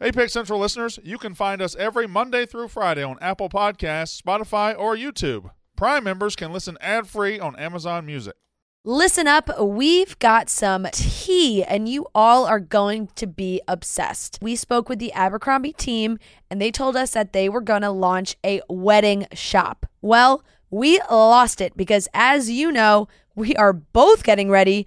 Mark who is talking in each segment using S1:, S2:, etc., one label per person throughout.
S1: Apex Central listeners, you can find us every Monday through Friday on Apple Podcasts, Spotify, or YouTube. Prime members can listen ad free on Amazon Music.
S2: Listen up, we've got some tea, and you all are going to be obsessed. We spoke with the Abercrombie team, and they told us that they were going to launch a wedding shop. Well, we lost it because, as you know, we are both getting ready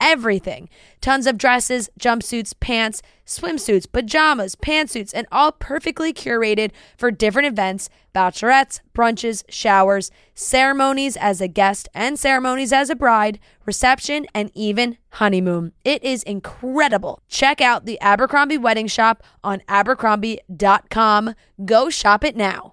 S2: everything tons of dresses, jumpsuits, pants, swimsuits, pajamas, pantsuits, and all perfectly curated for different events bachelorettes, brunches, showers, ceremonies as a guest and ceremonies as a bride, reception, and even honeymoon. It is incredible. Check out the Abercrombie Wedding Shop on Abercrombie.com. Go shop it now.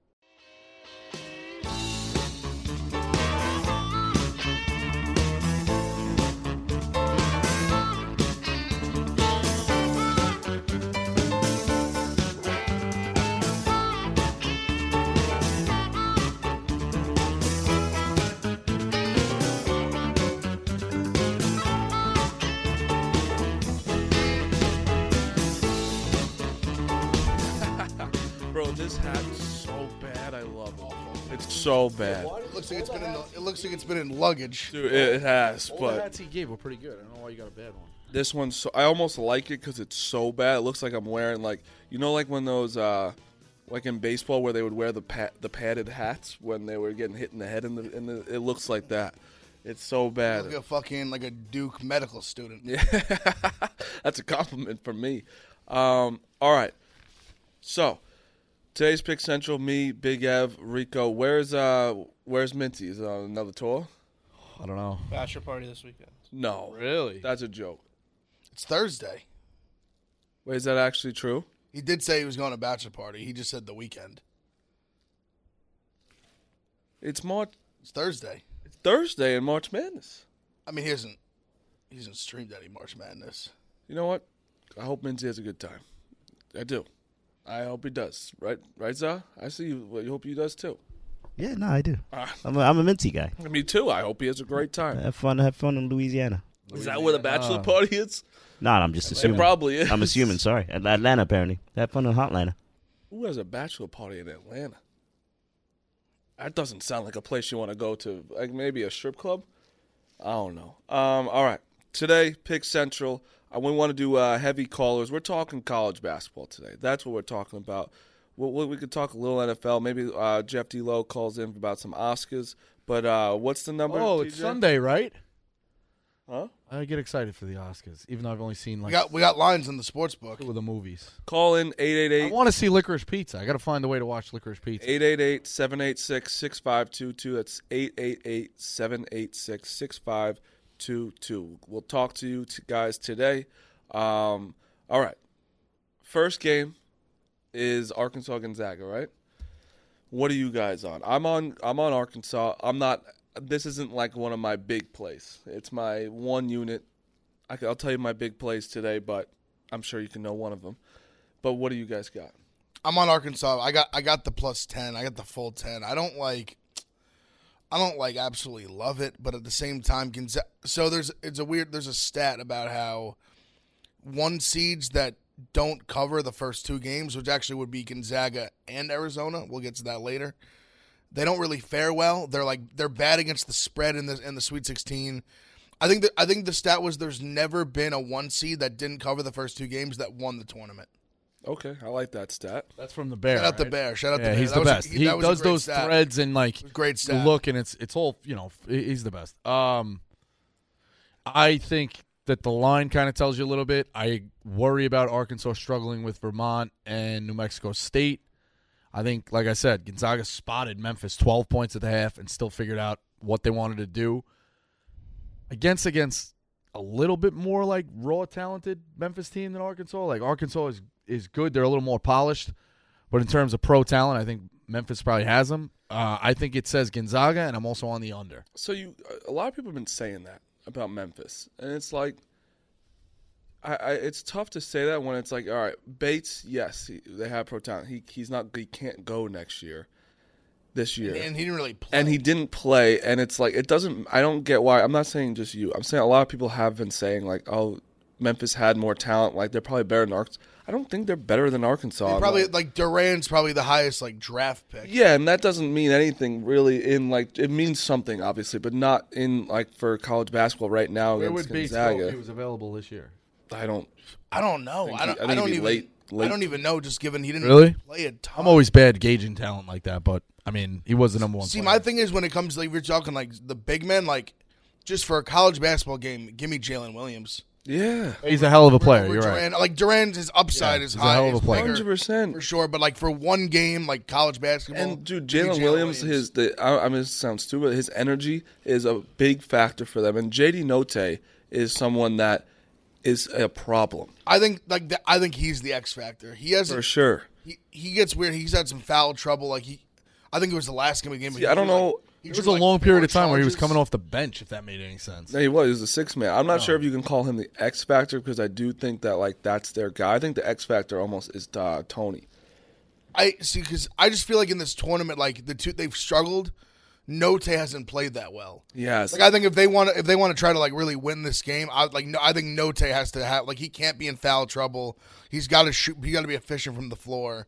S3: Bro, this hat is so bad. I love it. It's so bad.
S4: It looks like it's been in. The, it looks like it's been in luggage.
S3: Dude, it has,
S5: All the
S3: but
S5: hats he gave were pretty good. I don't know why you got a bad one.
S3: this one's so, I almost like it because it's so bad. It looks like I'm wearing like you know like when those uh like in baseball where they would wear the pat, the padded hats when they were getting hit in the head and the, in the it looks like that. It's so
S4: It's Like
S3: bad.
S4: a fucking like a Duke medical student.
S3: That's a compliment from me. Um, all right. So today's pick central. Me, Big Ev, Rico. Where's uh where's Minty? Is it on another tour?
S5: I don't know.
S6: Bachelor party this weekend.
S3: No,
S5: Really?
S3: that's a joke.
S4: It's Thursday.
S3: Wait, is that actually true?
S4: He did say he was going to bachelor party. He just said the weekend.
S3: It's March.
S4: It's Thursday.
S3: It's Thursday in March Madness.
S4: I mean, he hasn't. He hasn't streamed any March Madness.
S3: You know what? I hope Minzy has a good time. I do. I hope he does. Right, right, Za? I see you. Well, you hope he does too.
S7: Yeah, no, I do.
S3: Ah.
S7: I'm, a, I'm a minty guy.
S3: Me too. I hope he has a great time.
S7: Have fun. Have fun in Louisiana.
S3: Is that where the bachelor
S5: uh,
S3: party is?
S7: No, I'm just assuming.
S3: probably is.
S7: I'm assuming. Sorry, At- Atlanta. Apparently, have fun in Hotlanta.
S3: Who has a bachelor party in Atlanta? That doesn't sound like a place you want to go to. Like maybe a strip club. I don't know. Um, all right. Today, pick central. I we want to do uh, heavy callers. We're talking college basketball today. That's what we're talking about. We, we, we could talk a little NFL. Maybe uh, Jeff D. Lowe calls in about some Oscars. But uh, what's the number?
S5: Oh, it's
S3: TJ?
S5: Sunday, right?
S3: Huh?
S5: I get excited for the Oscars, even though I've only seen
S4: We
S5: like
S4: got we got lines in the sports book.
S5: two of the movies.
S3: Call in
S5: I
S3: 888
S5: want to see Licorice Pizza. I got to find a way to watch Licorice Pizza.
S3: 888 786 6522. That's 888 786 6522. We'll talk to you t- guys today. Um, all right. First game is Arkansas Gonzaga, right? What are you guys on? I'm on I'm on Arkansas. I'm not this isn't like one of my big plays. It's my one unit. I will tell you my big plays today, but I'm sure you can know one of them. But what do you guys got?
S4: I'm on Arkansas. I got I got the plus ten. I got the full ten. I don't like. I don't like absolutely love it, but at the same time, Gonza- so there's it's a weird there's a stat about how one seeds that don't cover the first two games, which actually would be Gonzaga and Arizona. We'll get to that later. They don't really fare well. They're like they're bad against the spread in the in the Sweet 16. I think that I think the stat was there's never been a one seed that didn't cover the first two games that won the tournament.
S3: Okay, I like that stat.
S5: That's from the Bear.
S4: Shout out the
S5: right?
S4: bear. Shout out
S5: Yeah,
S4: the bear.
S5: he's
S4: That
S5: the
S4: was a-
S5: best. he
S4: that was a
S5: does
S4: great
S5: those
S4: stat.
S5: threads and like
S4: Great
S5: you
S4: stat.
S5: look, and it's it's all you know. f- He's the best. Um, I think that the line kind of tells you a little bit. I worry about Arkansas struggling with Vermont and New Mexico State. I think, like I said, Gonzaga spotted Memphis 12 points at the half and still figured out what they wanted to do. Against against a little bit more like raw talented Memphis team than Arkansas. Like Arkansas is is good. They're a little more polished, but in terms of pro talent, I think Memphis probably has them. Uh, I think it says Gonzaga, and I'm also on the under.
S3: So you, a lot of people have been saying that about Memphis, and it's like, I, I it's tough to say that when it's like, all right, Bates, yes, he, they have pro talent. He he's not he can't go next year, this year,
S4: and he didn't really play.
S3: and he didn't play and it's like it doesn't i don't get why i'm not saying just you i'm saying a lot of people have been saying like oh memphis had more talent like they're probably better than arkansas i don't think they're better than arkansas
S4: They
S3: I'm
S4: probably
S3: like-
S4: like Durant's probably the highest like draft pick.
S3: yeah and that doesn't mean anything really in like it means something obviously but not in like for college basketball right now
S5: Where
S3: against
S5: would Bates go if he
S3: Gonzaga.
S5: was available this year?
S3: i don't
S4: I don't know.
S3: think
S4: I don't.
S3: he- I
S4: I,
S3: think
S4: don't
S3: he'd be
S4: even.
S3: late- late.
S4: I don't even know. Just given he didn't
S5: Really?
S4: play a ton.
S5: I'm always bad gauging talent like that, but I mean, he was the number one.
S4: See,
S5: player.
S4: my thing is when it comes to like, we're talking like the big men, like just for a college basketball game, give me Jalen Williams.
S3: yeah
S5: he's a hell of a player.
S4: Over
S5: You're right.
S4: Durant, like Durant, his upside is
S5: he's a
S4: high.
S5: hell of a
S4: is
S5: player.
S4: bigger,
S3: 100%.
S4: for sure. But like for one game, like college basketball,
S3: And dude,
S4: give me
S3: Jalen Williams, his the I, I mean, it sounds stupid. His energy is a big factor for them, and JD Note is someone that is a problem
S4: I think like the, I think he's the X factor. He has
S3: for sure.
S4: he, he gets weird. He's had some foul trouble. Like he, I think it was the last game of the game. but
S3: See,
S4: he
S3: I don't
S4: drew, like-
S3: know.
S4: he
S5: It
S4: drew,
S5: was a
S4: like,
S5: long period
S4: four
S5: of time where he was
S4: charges.
S5: coming off the bench, if that made any sense.
S3: No, he was. He was a six man. I'm not sure if you can call him the X factor because I do think that like that's their guy. I think the X factor almost is uh, Tony.
S4: I see because I just feel like in this tournament, like the two they've struggled. Note hasn't played that well.
S3: Yes,
S4: Like I think if they want to, if they want to try to like really win this game, I like no, I think Note has to have like he can't be in foul trouble. He's got to shoot. He got to be efficient from the floor.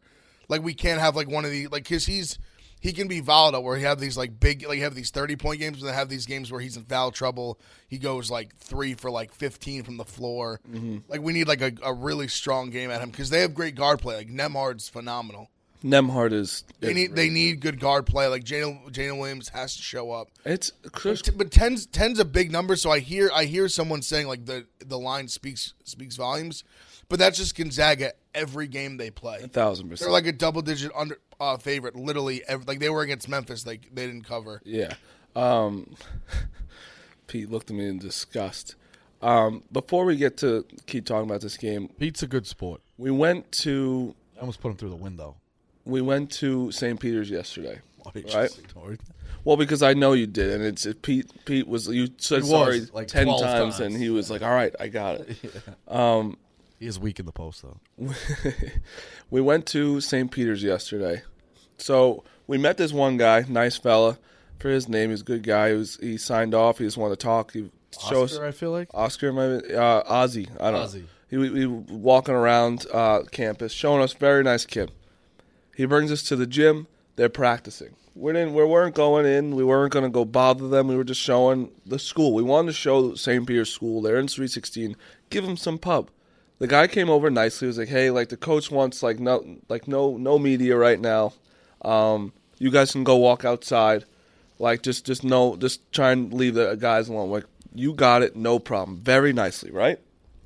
S4: Like we can't have like one of the like because he's he can be volatile where he have these like big like have these thirty point games and then have these games where he's in foul trouble. He goes like three for like fifteen from the floor. Like we need like a, a really strong game at him because they have great guard play. Like Nemhard's phenomenal.
S3: Nemhard is.
S4: They need they need good guard play. Like Jalen Jalen Williams has to show up.
S3: It's
S4: T- but tens tens a big number, so I hear I hear someone saying like the the line speaks speaks volumes, but that's just Gonzaga every game they play.
S3: thousand
S4: They're
S3: percent.
S4: like a double digit under uh, favorite, literally. Every, like they were against Memphis, like they didn't cover.
S3: Yeah. Um, Pete looked at me in disgust. Um, before we get to keep talking about this game,
S5: Pete's a good sport.
S3: we went to
S5: I almost put him through the window. Oh,
S3: we went to St. Peter's yesterday. Right.
S5: Ignored.
S3: Well, because I know you did, and it's Pete. Pete was you said
S5: He was,
S3: sorry
S5: like,
S3: ten
S5: 12
S3: times,
S5: times.
S3: and he was like, "All right, I got it." Um,
S5: He is weak in the post, though.
S3: we went to St. Peter's yesterday. So we met this one guy, nice fella. For his name, he's a good guy. He, was, he signed off. He just wanted to talk. He showed us
S5: Oscar, I feel like.
S3: Oscar, maybe uh, Ozzy. I don't
S5: Ozzy.
S3: know. He, we, we were walking around uh, campus, showing us very nice kid. He brings us to the gym. They're practicing. We didn't. We weren't going in. We weren't going to go bother them. We were just showing the school. We wanted to show St. Peter's School. They're in 316. Give them some pub. The guy came over nicely. He was like, "Hey, like the coach wants like no like no no media right now. Um, you guys can go walk outside. Like just just no just try and leave the guys alone. Like you got it, no problem. Very nicely, right?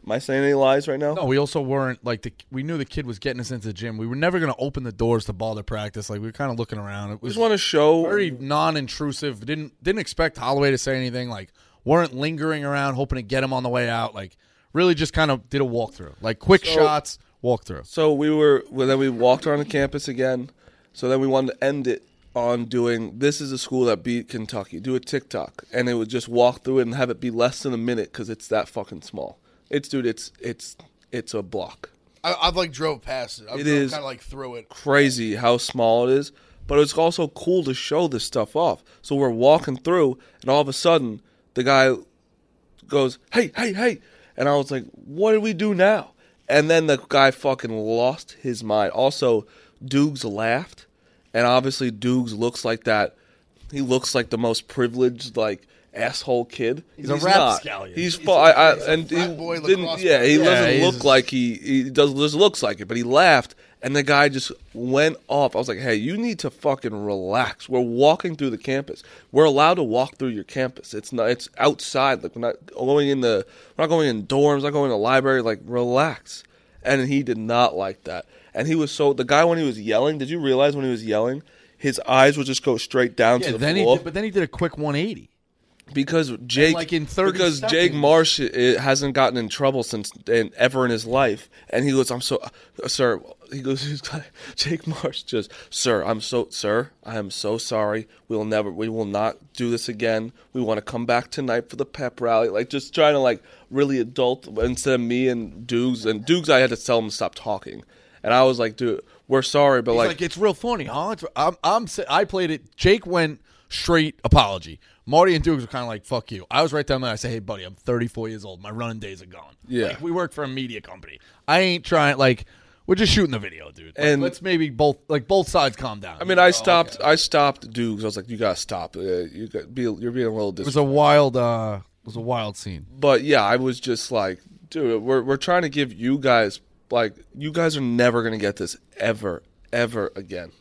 S3: Am I saying any lies right now?
S5: No, we also weren't like the. We knew the kid was getting us into the gym. We were never going to open the doors to ball to practice. Like we were kind of looking around. It
S3: I
S5: was
S3: just want to show
S5: very non-intrusive. Didn't didn't expect Holloway to say anything. Like weren't lingering around hoping to get him on the way out. Like really just kind of did a walkthrough. Like quick shots, walkthrough.
S3: So we were well, then we walked around the campus again. So then we wanted to end it on doing this is a school that beat Kentucky. Do a TikTok, and it would just walk through it and have it be less than a minute because it's that fucking small. It's dude, it's it's it's a block.
S4: I, I've like drove past it. I've
S3: It is-
S4: kind of like through it.
S3: crazy how small it is, but it's also cool to show this stuff off. So we're walking through, and all of a sudden, the guy goes, "Hey, hey, hey!" And I was like, "What do we do now?" And then the guy fucking lost his mind. Also, Dukes laughed, and obviously Dukes looks like that. He looks like the most privileged, like asshole kid. He's,
S5: a rapscallion.
S3: He's, he's fu- I, I, and
S4: frat
S3: he
S4: boy
S3: didn't.
S4: lacrosse
S3: Yeah, he
S4: player.
S5: Yeah,
S3: doesn't
S5: he's
S3: look
S5: just-
S3: like like he he does just looks like it, but he laughed And the guy just went off. I was like, hey, you need to fucking relax. We're walking through the campus. We're allowed to walk through your campus. It's not it's outside. Like we're not going in the we're not going in dorms, not going in the library. Like, relax. And he did not like that. And he was so the guy when he was yelling, did you realize when he was yelling, his eyes would just go straight down to
S5: Yeah,
S3: the
S5: then he
S3: floor?
S5: did, but then he did a quick 180.
S3: because Jake,
S5: like, in 30
S3: because Jake
S5: seconds-
S3: Marsh i- hasn't gotten in trouble since and ever in his life, and he goes, "I'm so, uh, sir." He goes, he's got- "Jake Marsh just, sir, I'm so, sir, I am so sorry. We'll never, we will not do this again. We want to come back tonight for the pep rally, like just trying to like really adult instead of me and Dukes and Dukes. I had to tell him to stop talking, and I was like, dude, we're sorry, but
S5: He's
S3: like,
S5: like, it's real funny, huh? It's, I'm, I'm, si- I played it. Jake went straight apology. Marty and Dukes were kind of like, "Fuck you." I was right down there. I said, "Hey, buddy, I'm 34 years old. My running days are gone.
S3: Yeah.
S5: like, we work for a media company. I ain't trying. Like, we're just shooting the video, dude. Like,
S3: And-
S5: let's maybe both like both sides calm down.
S3: I mean, I stopped. I stopped Dukes. I was like, "You gotta stop. Uh, you got, be, you're being a little."
S5: It was a wild, uh, it was a wild scene.
S3: but yeah, I was just like, dude, we're we're trying to give you guys like you guys are never gonna get this ever ever again,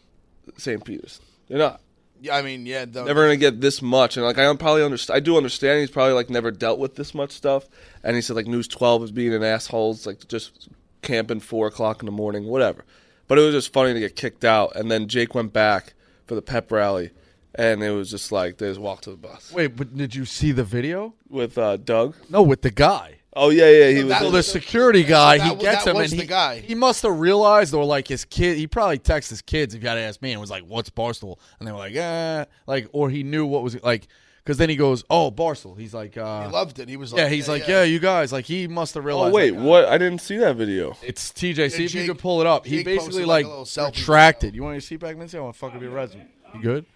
S3: St. Peter's. You're not
S4: Yeah, I mean, yeah, the,
S3: never gonna get this much. And like I probably understand, I do understand. He's probably like never dealt with this much stuff. And he said like News 12 is being an asshole. It's like just camping four o'clock in the morning, whatever. But it was just funny to get kicked out. And then Jake went back for the pep rally, and it was just like they just walked to the bus
S5: Wait, but did you see the video?
S3: with uh, Doug.
S5: No, with the guy.
S3: Oh yeah, yeah, he was.
S4: that
S5: So
S4: was
S5: the security guy,
S4: that
S5: he
S4: wa-
S5: gets
S4: that
S5: him,
S4: was
S5: and
S4: the
S5: he,
S4: guy.
S5: he must have realized, or like his kid, he probably texted his kids. If you had to ask me, and was like, "What's Barstool?" and they were like, "Eh," like, or he knew what was like, because then he goes, "Oh, Barstool." He's like, uh,
S4: he loved it. He was like,
S5: "Yeah," he's like, yeah. you guys." Like, he must have realized.
S3: Oh wait,
S5: like,
S3: what? I didn't see that video.
S5: It's TJ. see if
S4: Jake-
S5: you could pull it up. He
S4: Jake
S5: basically
S4: posted,
S5: like,
S4: like, a little selfie
S5: retracted. You want your seat back, Lindsay? I want to fuck up your resume. You good?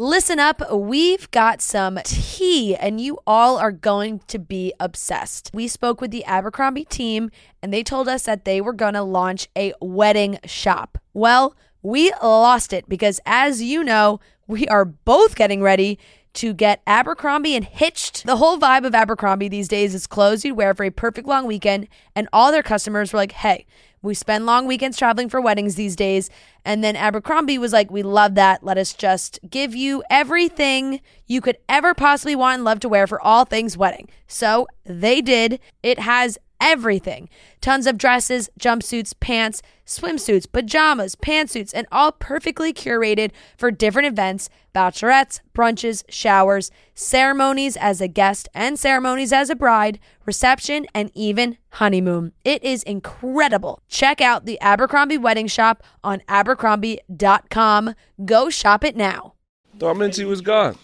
S2: Listen up, we've got some tea, and you all are going to be obsessed. We spoke with the Abercrombie team, and they told us that they were going to launch a wedding shop. Well, we lost it because, as you know, we are both getting ready to get Abercrombie and Hitched. The whole vibe of Abercrombie these days is clothes you'd wear for a perfect long weekend, and all their customers were like, hey, we spend long weekends traveling for weddings these days. And then Abercrombie was like, We love that. Let us just give you everything you could ever possibly want and love to wear for all things wedding. So they did. It has everything tons of dresses, jumpsuits, pants, swimsuits, pajamas, pantsuits, and all perfectly curated for different events bachelorettes, brunches, showers, ceremonies as a guest and ceremonies as a bride, reception, and even honeymoon. It is incredible. Check out the Abercrombie Wedding Shop on Abercrombie.com. Go shop it now.
S3: Thought Mincy was gone.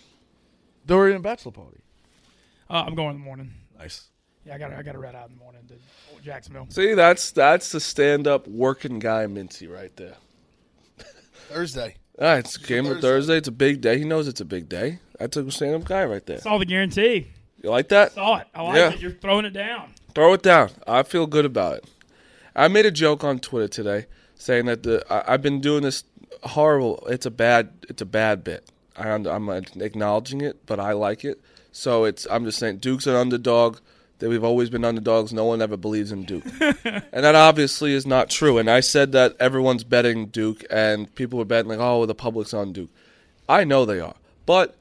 S5: They were in a bachelor party.
S6: Uh, I'm going in the morning.
S5: Nice.
S6: Yeah, I got I got a red out in the morning to Jacksonville.
S3: See, that's that's the stand-up working guy Mincy right there.
S4: Thursday.
S3: All right, it's game of Thursday. It's a big day. He knows it's a big day. That's a stand-up guy right there.
S6: Saw the guarantee.
S3: You like that?
S6: Saw it. I like
S3: Yeah.
S6: it. You're throwing it down.
S3: Throw it down. I feel good about it. I made a joke on Twitter today saying that the I, I've been doing this horrible. It's a bad. It's a bad bit. I, un- I'm uh, acknowledging it, but I like it. So it's. I'm just saying Duke's an underdog. That we've always been underdogs. No one ever believes in Duke, and that obviously is not true. And I said that everyone's betting Duke, and people were betting like, oh, the public's on Duke. I know they are, but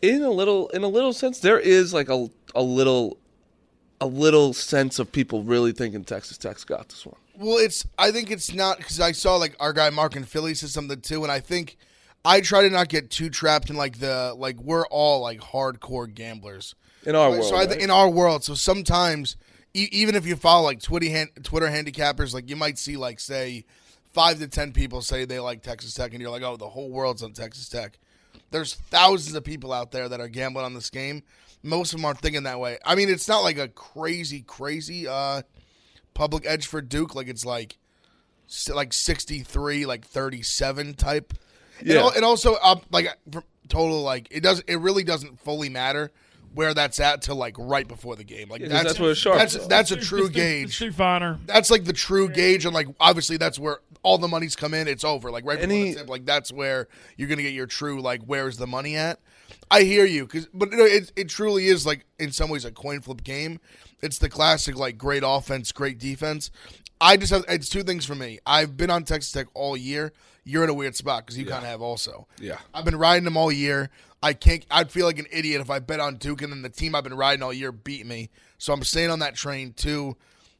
S3: in a little in a little sense, there is like a a little a little sense of people really thinking Texas Tech's got this one.
S4: Well, it's. I think it's not because I saw like our guy Mark and Philly said something too, and I think I try to not get too trapped in like the like we're all like hardcore gamblers
S3: In our
S4: Right,
S3: world,
S4: So I
S3: right?
S4: think in our world, so sometimes e- even if you follow like Twitter han- Twitter handicappers, like you might see like say five to ten people say they like Texas Tech, and you're like, oh, the whole world's on Texas Tech. There's thousands of people out there that are gambling on this game. Most of them aren't thinking that way. I mean, it's not like a crazy, crazy uh, public edge for Duke. Like it's like s- like 63, like 37 type.
S3: Yeah.
S4: Yeah. It, also um, like from total like it does it really doesn't fully matter where that's at till like right before the game. Like
S3: 'cause
S4: that's
S3: that's where the sharps
S4: That's
S3: are.
S4: that's a
S6: It's
S4: true
S6: too- It's
S4: gauge.
S6: too finer.
S4: That's like the true gauge, and like obviously that's where all the money's come in. It's over. Like right before
S3: Any-
S4: the tip, like that's where you're gonna get your true like where's the money at. I hear you, cause but you know, it it truly is like in some ways a coin flip game. It's the classic like great offense, great defense. I just have it's two things for me. I've been on Texas Tech all year. You're in a weird spot because you kind of have also.
S3: Yeah.
S4: I've been riding them all year. I can't. I'd feel like an idiot if I bet on Duke and then the team I've been riding all year beat me. So I'm staying on that train too.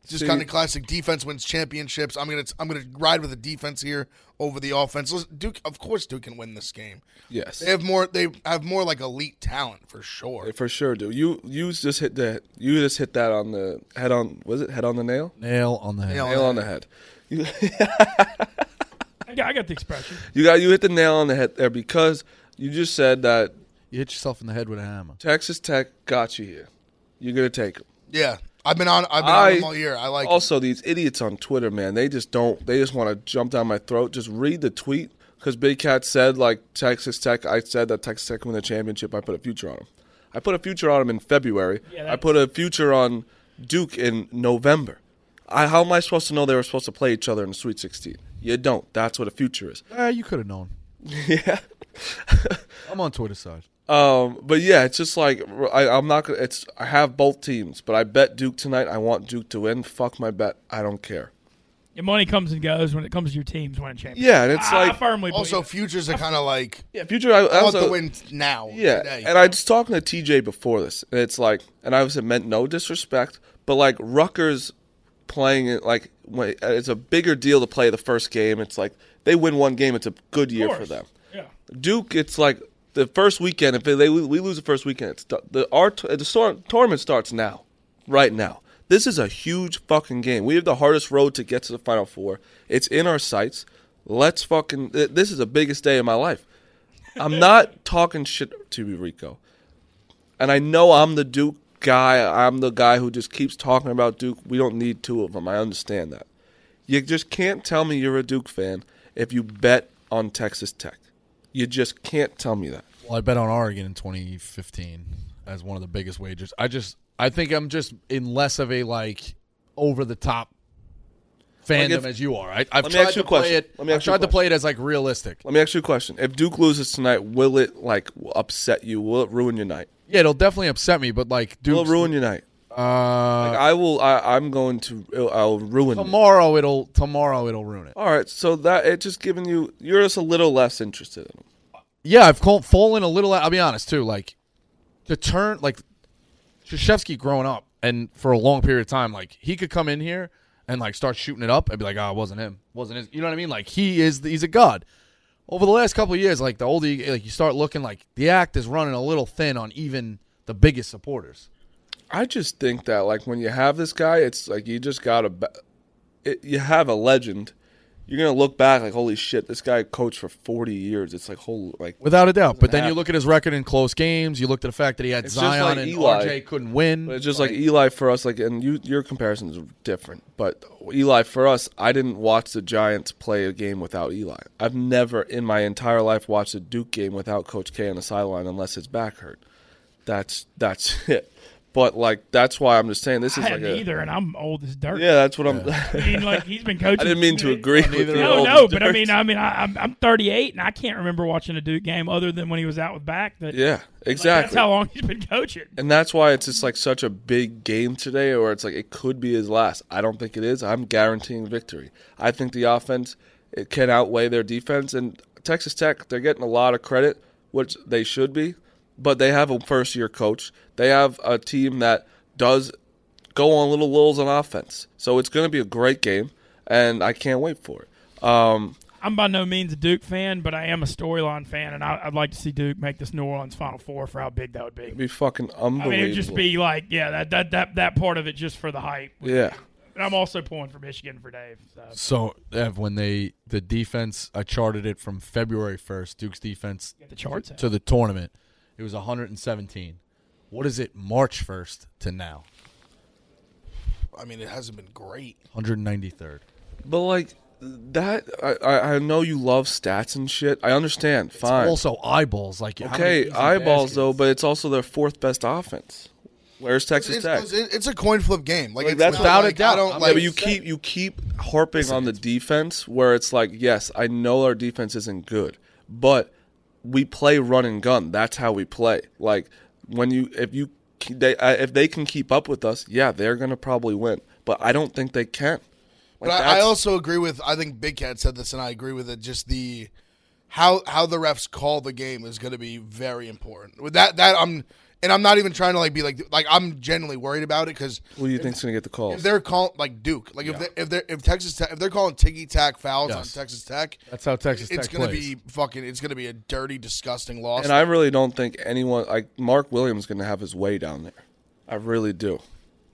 S4: Just
S3: See-
S4: kind of classic defense wins championships. I'm gonna I'm gonna ride with the defense here over the offense. Listen, Duke, of course, Duke can win this game.
S3: Yes.
S4: They have more. They have more like elite talent for sure.
S3: For sure, dude. You you just hit that. You just hit that on the head on. Was it head on the nail?
S5: Nail on the head.
S4: Nail on
S3: Nail
S4: the
S3: on the head. You
S6: I got, I got the expression.
S3: you got you hit the nail on the head there because you just said that
S5: You hit yourself in the head with a hammer.
S3: Texas Tech got you here. You're gonna take 'em.
S4: Yeah, I've been on. I've been
S3: I-
S4: on them all year. I like.
S3: also these idiots on Twitter, man. They just don't. They just want to jump down my throat. Just read the tweet because Big Cat said like Texas Tech. I said that Texas Tech win the championship. I put a future on them. I put a future on them in February.
S6: Yeah,
S3: I
S6: that's-
S3: put a future on Duke in November. I, how am I supposed to know they were supposed to play each other in the Sweet 16? You don't. That's what a future is.
S5: Ah, you could have known.
S3: yeah.
S5: I'm on Twitter side.
S3: Um, but yeah, it's just like I, I'm not gonna. It's I have both teams, but I bet Duke tonight. I want Duke to win. Fuck my bet. I don't care.
S6: Your money comes and goes when it comes to your teams winning championships.
S3: Yeah, and it's
S6: I,
S3: like
S6: I firmly believe
S4: also,
S6: that.
S4: futures are kind of like
S3: Yeah, future. I, I
S4: I want
S3: also,
S4: the win now.
S3: Yeah,
S4: today.
S3: and I was talking to TJ before this, and it's like, and I was it meant no disrespect, but like Rutgers playing it like when- it's a bigger deal to play the first game. It's like they win one game, it's a good year
S6: Of
S3: for
S6: course.
S3: them.
S6: Yeah.
S3: Duke, it's like the first weekend. If they we lose the first weekend, it's the- the our t- the sor- tournament starts now, right now. This is a huge fucking game. We have the hardest road to get to the final four. It's in our sights. Let's fucking. th- This is the biggest day of my life. I'm not talking shit to you, Rico. And I know I'm the Duke guy. I'm the guy who just keeps talking about Duke. We don't need two of them. I understand that. You just can't tell me you're a Duke fan if you bet on Texas Tech. You just can't tell me that.
S5: Well, I bet on Oregon in 2015 as one of the biggest wagers. I just, I think I'm just in less of a like over the top fandom
S3: if-
S5: as you are. I,
S3: Let
S5: I've
S3: me
S5: tried
S3: ask you
S5: to
S3: a
S5: play
S3: question.
S5: it.
S3: Let me
S5: I've
S3: ask you a
S5: tried to play it as like realistic.
S3: Let me ask you a question. If Duke loses tonight, will it like upset you? Will it ruin your night?
S5: Yeah, it'll definitely upset me, but like, dude,
S3: Will it ruin your night?
S5: uh,
S3: Like, I will. I, I'm going to. I'll ruin. it.
S5: tomorrow it'll tomorrow it'll ruin it.
S3: All right. So that it just giving you. You're just a little less interested in them.
S5: Yeah, I've called, fallen a little. I'll be honest too. Like to turn like Krzyzewski growing up and for a long period of time, like he could come in here and like start shooting it up and be like, "Ah, it wasn't him, wasn't his." You know what I mean? Like he is, the, he's a god. Over the last couple of years, like the older, you, get, like you start looking like the act is running a little thin on even the biggest supporters.
S3: I just think that like when you have this guy, it's like you just gotta. ba- It, you have a legend. You're gonna look back like, holy shit, this guy coached for 40 years. It's like, whole like
S5: Without a doubt. But then you
S3: happen.
S5: look at his record in close games. You look at the fact that he had
S3: It's just
S5: Zion
S3: like
S5: and
S3: Eli.
S5: RJ couldn't win.
S3: But it's just like, Eli for us, like, and you, your comparisons are different. But Eli for us, I didn't watch the Giants play a game without Eli. I've never in my entire life watched a Duke game without Coach K on the sideline unless his back hurt. That's that's it. But like, that's why I'm just saying this
S6: I
S3: is like
S6: hadn't
S3: a
S6: either, and I'm old as dirt.
S3: yeah. That's what I'm.
S6: I mean, like he's been coaching.
S3: I didn't mean to agree with you.
S6: No,
S3: old
S6: no, but I
S3: dirt.
S6: mean, I mean, I, I'm I'm 38, and I can't remember watching a Duke game other than when he was out with back. That
S3: yeah,
S6: like,
S3: exactly.
S6: that's how long he's been coaching.
S3: and that's why it's just like such a big game today, or it's like it could be his last. I don't think it is. I'm guaranteeing victory. I think the offense it can outweigh their defense, and Texas Tech they're getting a lot of credit, which they should be, but they have a first year coach. They have a team that does go on little lulls on offense, so it's going to be a great game, and I can't wait for it. Um,
S6: I'm by no means a Duke fan, but I am a storyline fan, and I, I'd like to see Duke make this New Orleans Final Four for how big that would be.
S3: it'd be fucking
S6: I
S3: unbelievable.
S6: mean, it'd just be like, yeah, that that that that part of it just for the hype.
S3: yeah.
S6: And I'm also pulling for Michigan for Dave. So.
S5: So Ev, when they the defense, I charted it from February first, Duke's defense
S6: Get the charts out.
S5: to the tournament, it was 117. What is it March first to now?
S4: I mean, it hasn't been great.
S5: 193rd.
S3: But like that I, I I know you love stats and shit. I understand. Fine.
S5: Also eyeballs, like how many
S3: okay,
S5: easy
S3: eyeballs
S5: baskets?
S3: though, but it's also their fourth best offense. Where's Texas
S4: It's,
S3: Tech?
S4: it's, it's a coin flip game. Like,
S3: Like,
S4: it's
S3: that's-
S4: not
S5: Without a
S4: like,
S5: doubt.
S4: I
S5: I'm
S4: don't
S3: yeah,
S4: like.
S3: but you keep you keep harping on the defense where it's like, yes, I know our defense isn't good, but we play run and gun. That's how we play. Like when you if you they uh, if they can keep up with us, yeah, they're gonna probably win. But I don't think they can. Like,
S4: But I, I
S3: that's-
S4: also agree with. I think Big Cat said this, and I agree with it. Just the how how the refs call the game is going to be very important. With that, that I'm, and I'm not even trying to like be like like I'm genuinely worried about it because
S3: who do you think's gonna get the calls?
S4: if they're calling like Duke, like if they, if they're if Texas Tech, if they're calling ticky tack fouls
S5: Yes.
S4: on Texas Tech,
S5: That's how Texas
S4: it's
S5: Tech
S4: gonna
S5: plays.
S4: be fucking. It's gonna be a dirty, disgusting loss.
S3: And I really don't think anyone like Mark Williams going to have his way down there. I really do.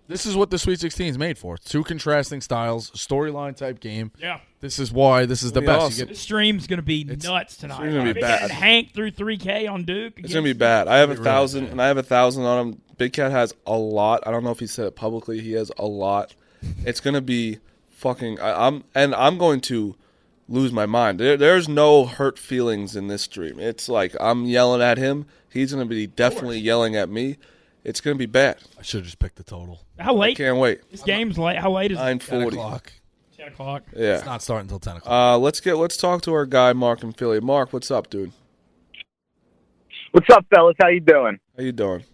S5: This is what the Sweet 16 is made for. Two contrasting styles, storyline type game.
S6: Yeah.
S5: This is why this is the
S3: It'll be
S5: best. You
S3: awesome.
S5: get
S6: This stream's gonna be nuts tonight.
S3: stream's gonna be
S6: Big
S3: bad.
S6: Cat Hank threw three K on Duke.
S3: It's going to be bad. I have a thousand,
S5: bad.
S3: and I have a thousand on him. Big Cat has a lot. I don't know if he said it publicly. He has a lot. It's going to be fucking. I, I'm and I'm going to lose my mind. There, there's no hurt feelings in this stream. It's like I'm yelling at him. He's going to be definitely yelling at me. It's going to be bad.
S5: I should have just picked the total.
S6: How
S3: I
S6: late?
S3: can't wait.
S6: This game's late. How late is it?
S3: Nine
S5: 10
S3: forty.
S5: o'clock.
S6: Ten o'clock.
S3: Yeah.
S5: It's not starting until 10 o'clock.
S3: Uh, let's get let's talk to our guy Mark in Philly. Mark, what's up, dude?
S8: What's up, fellas? How you doing?
S3: How you doing?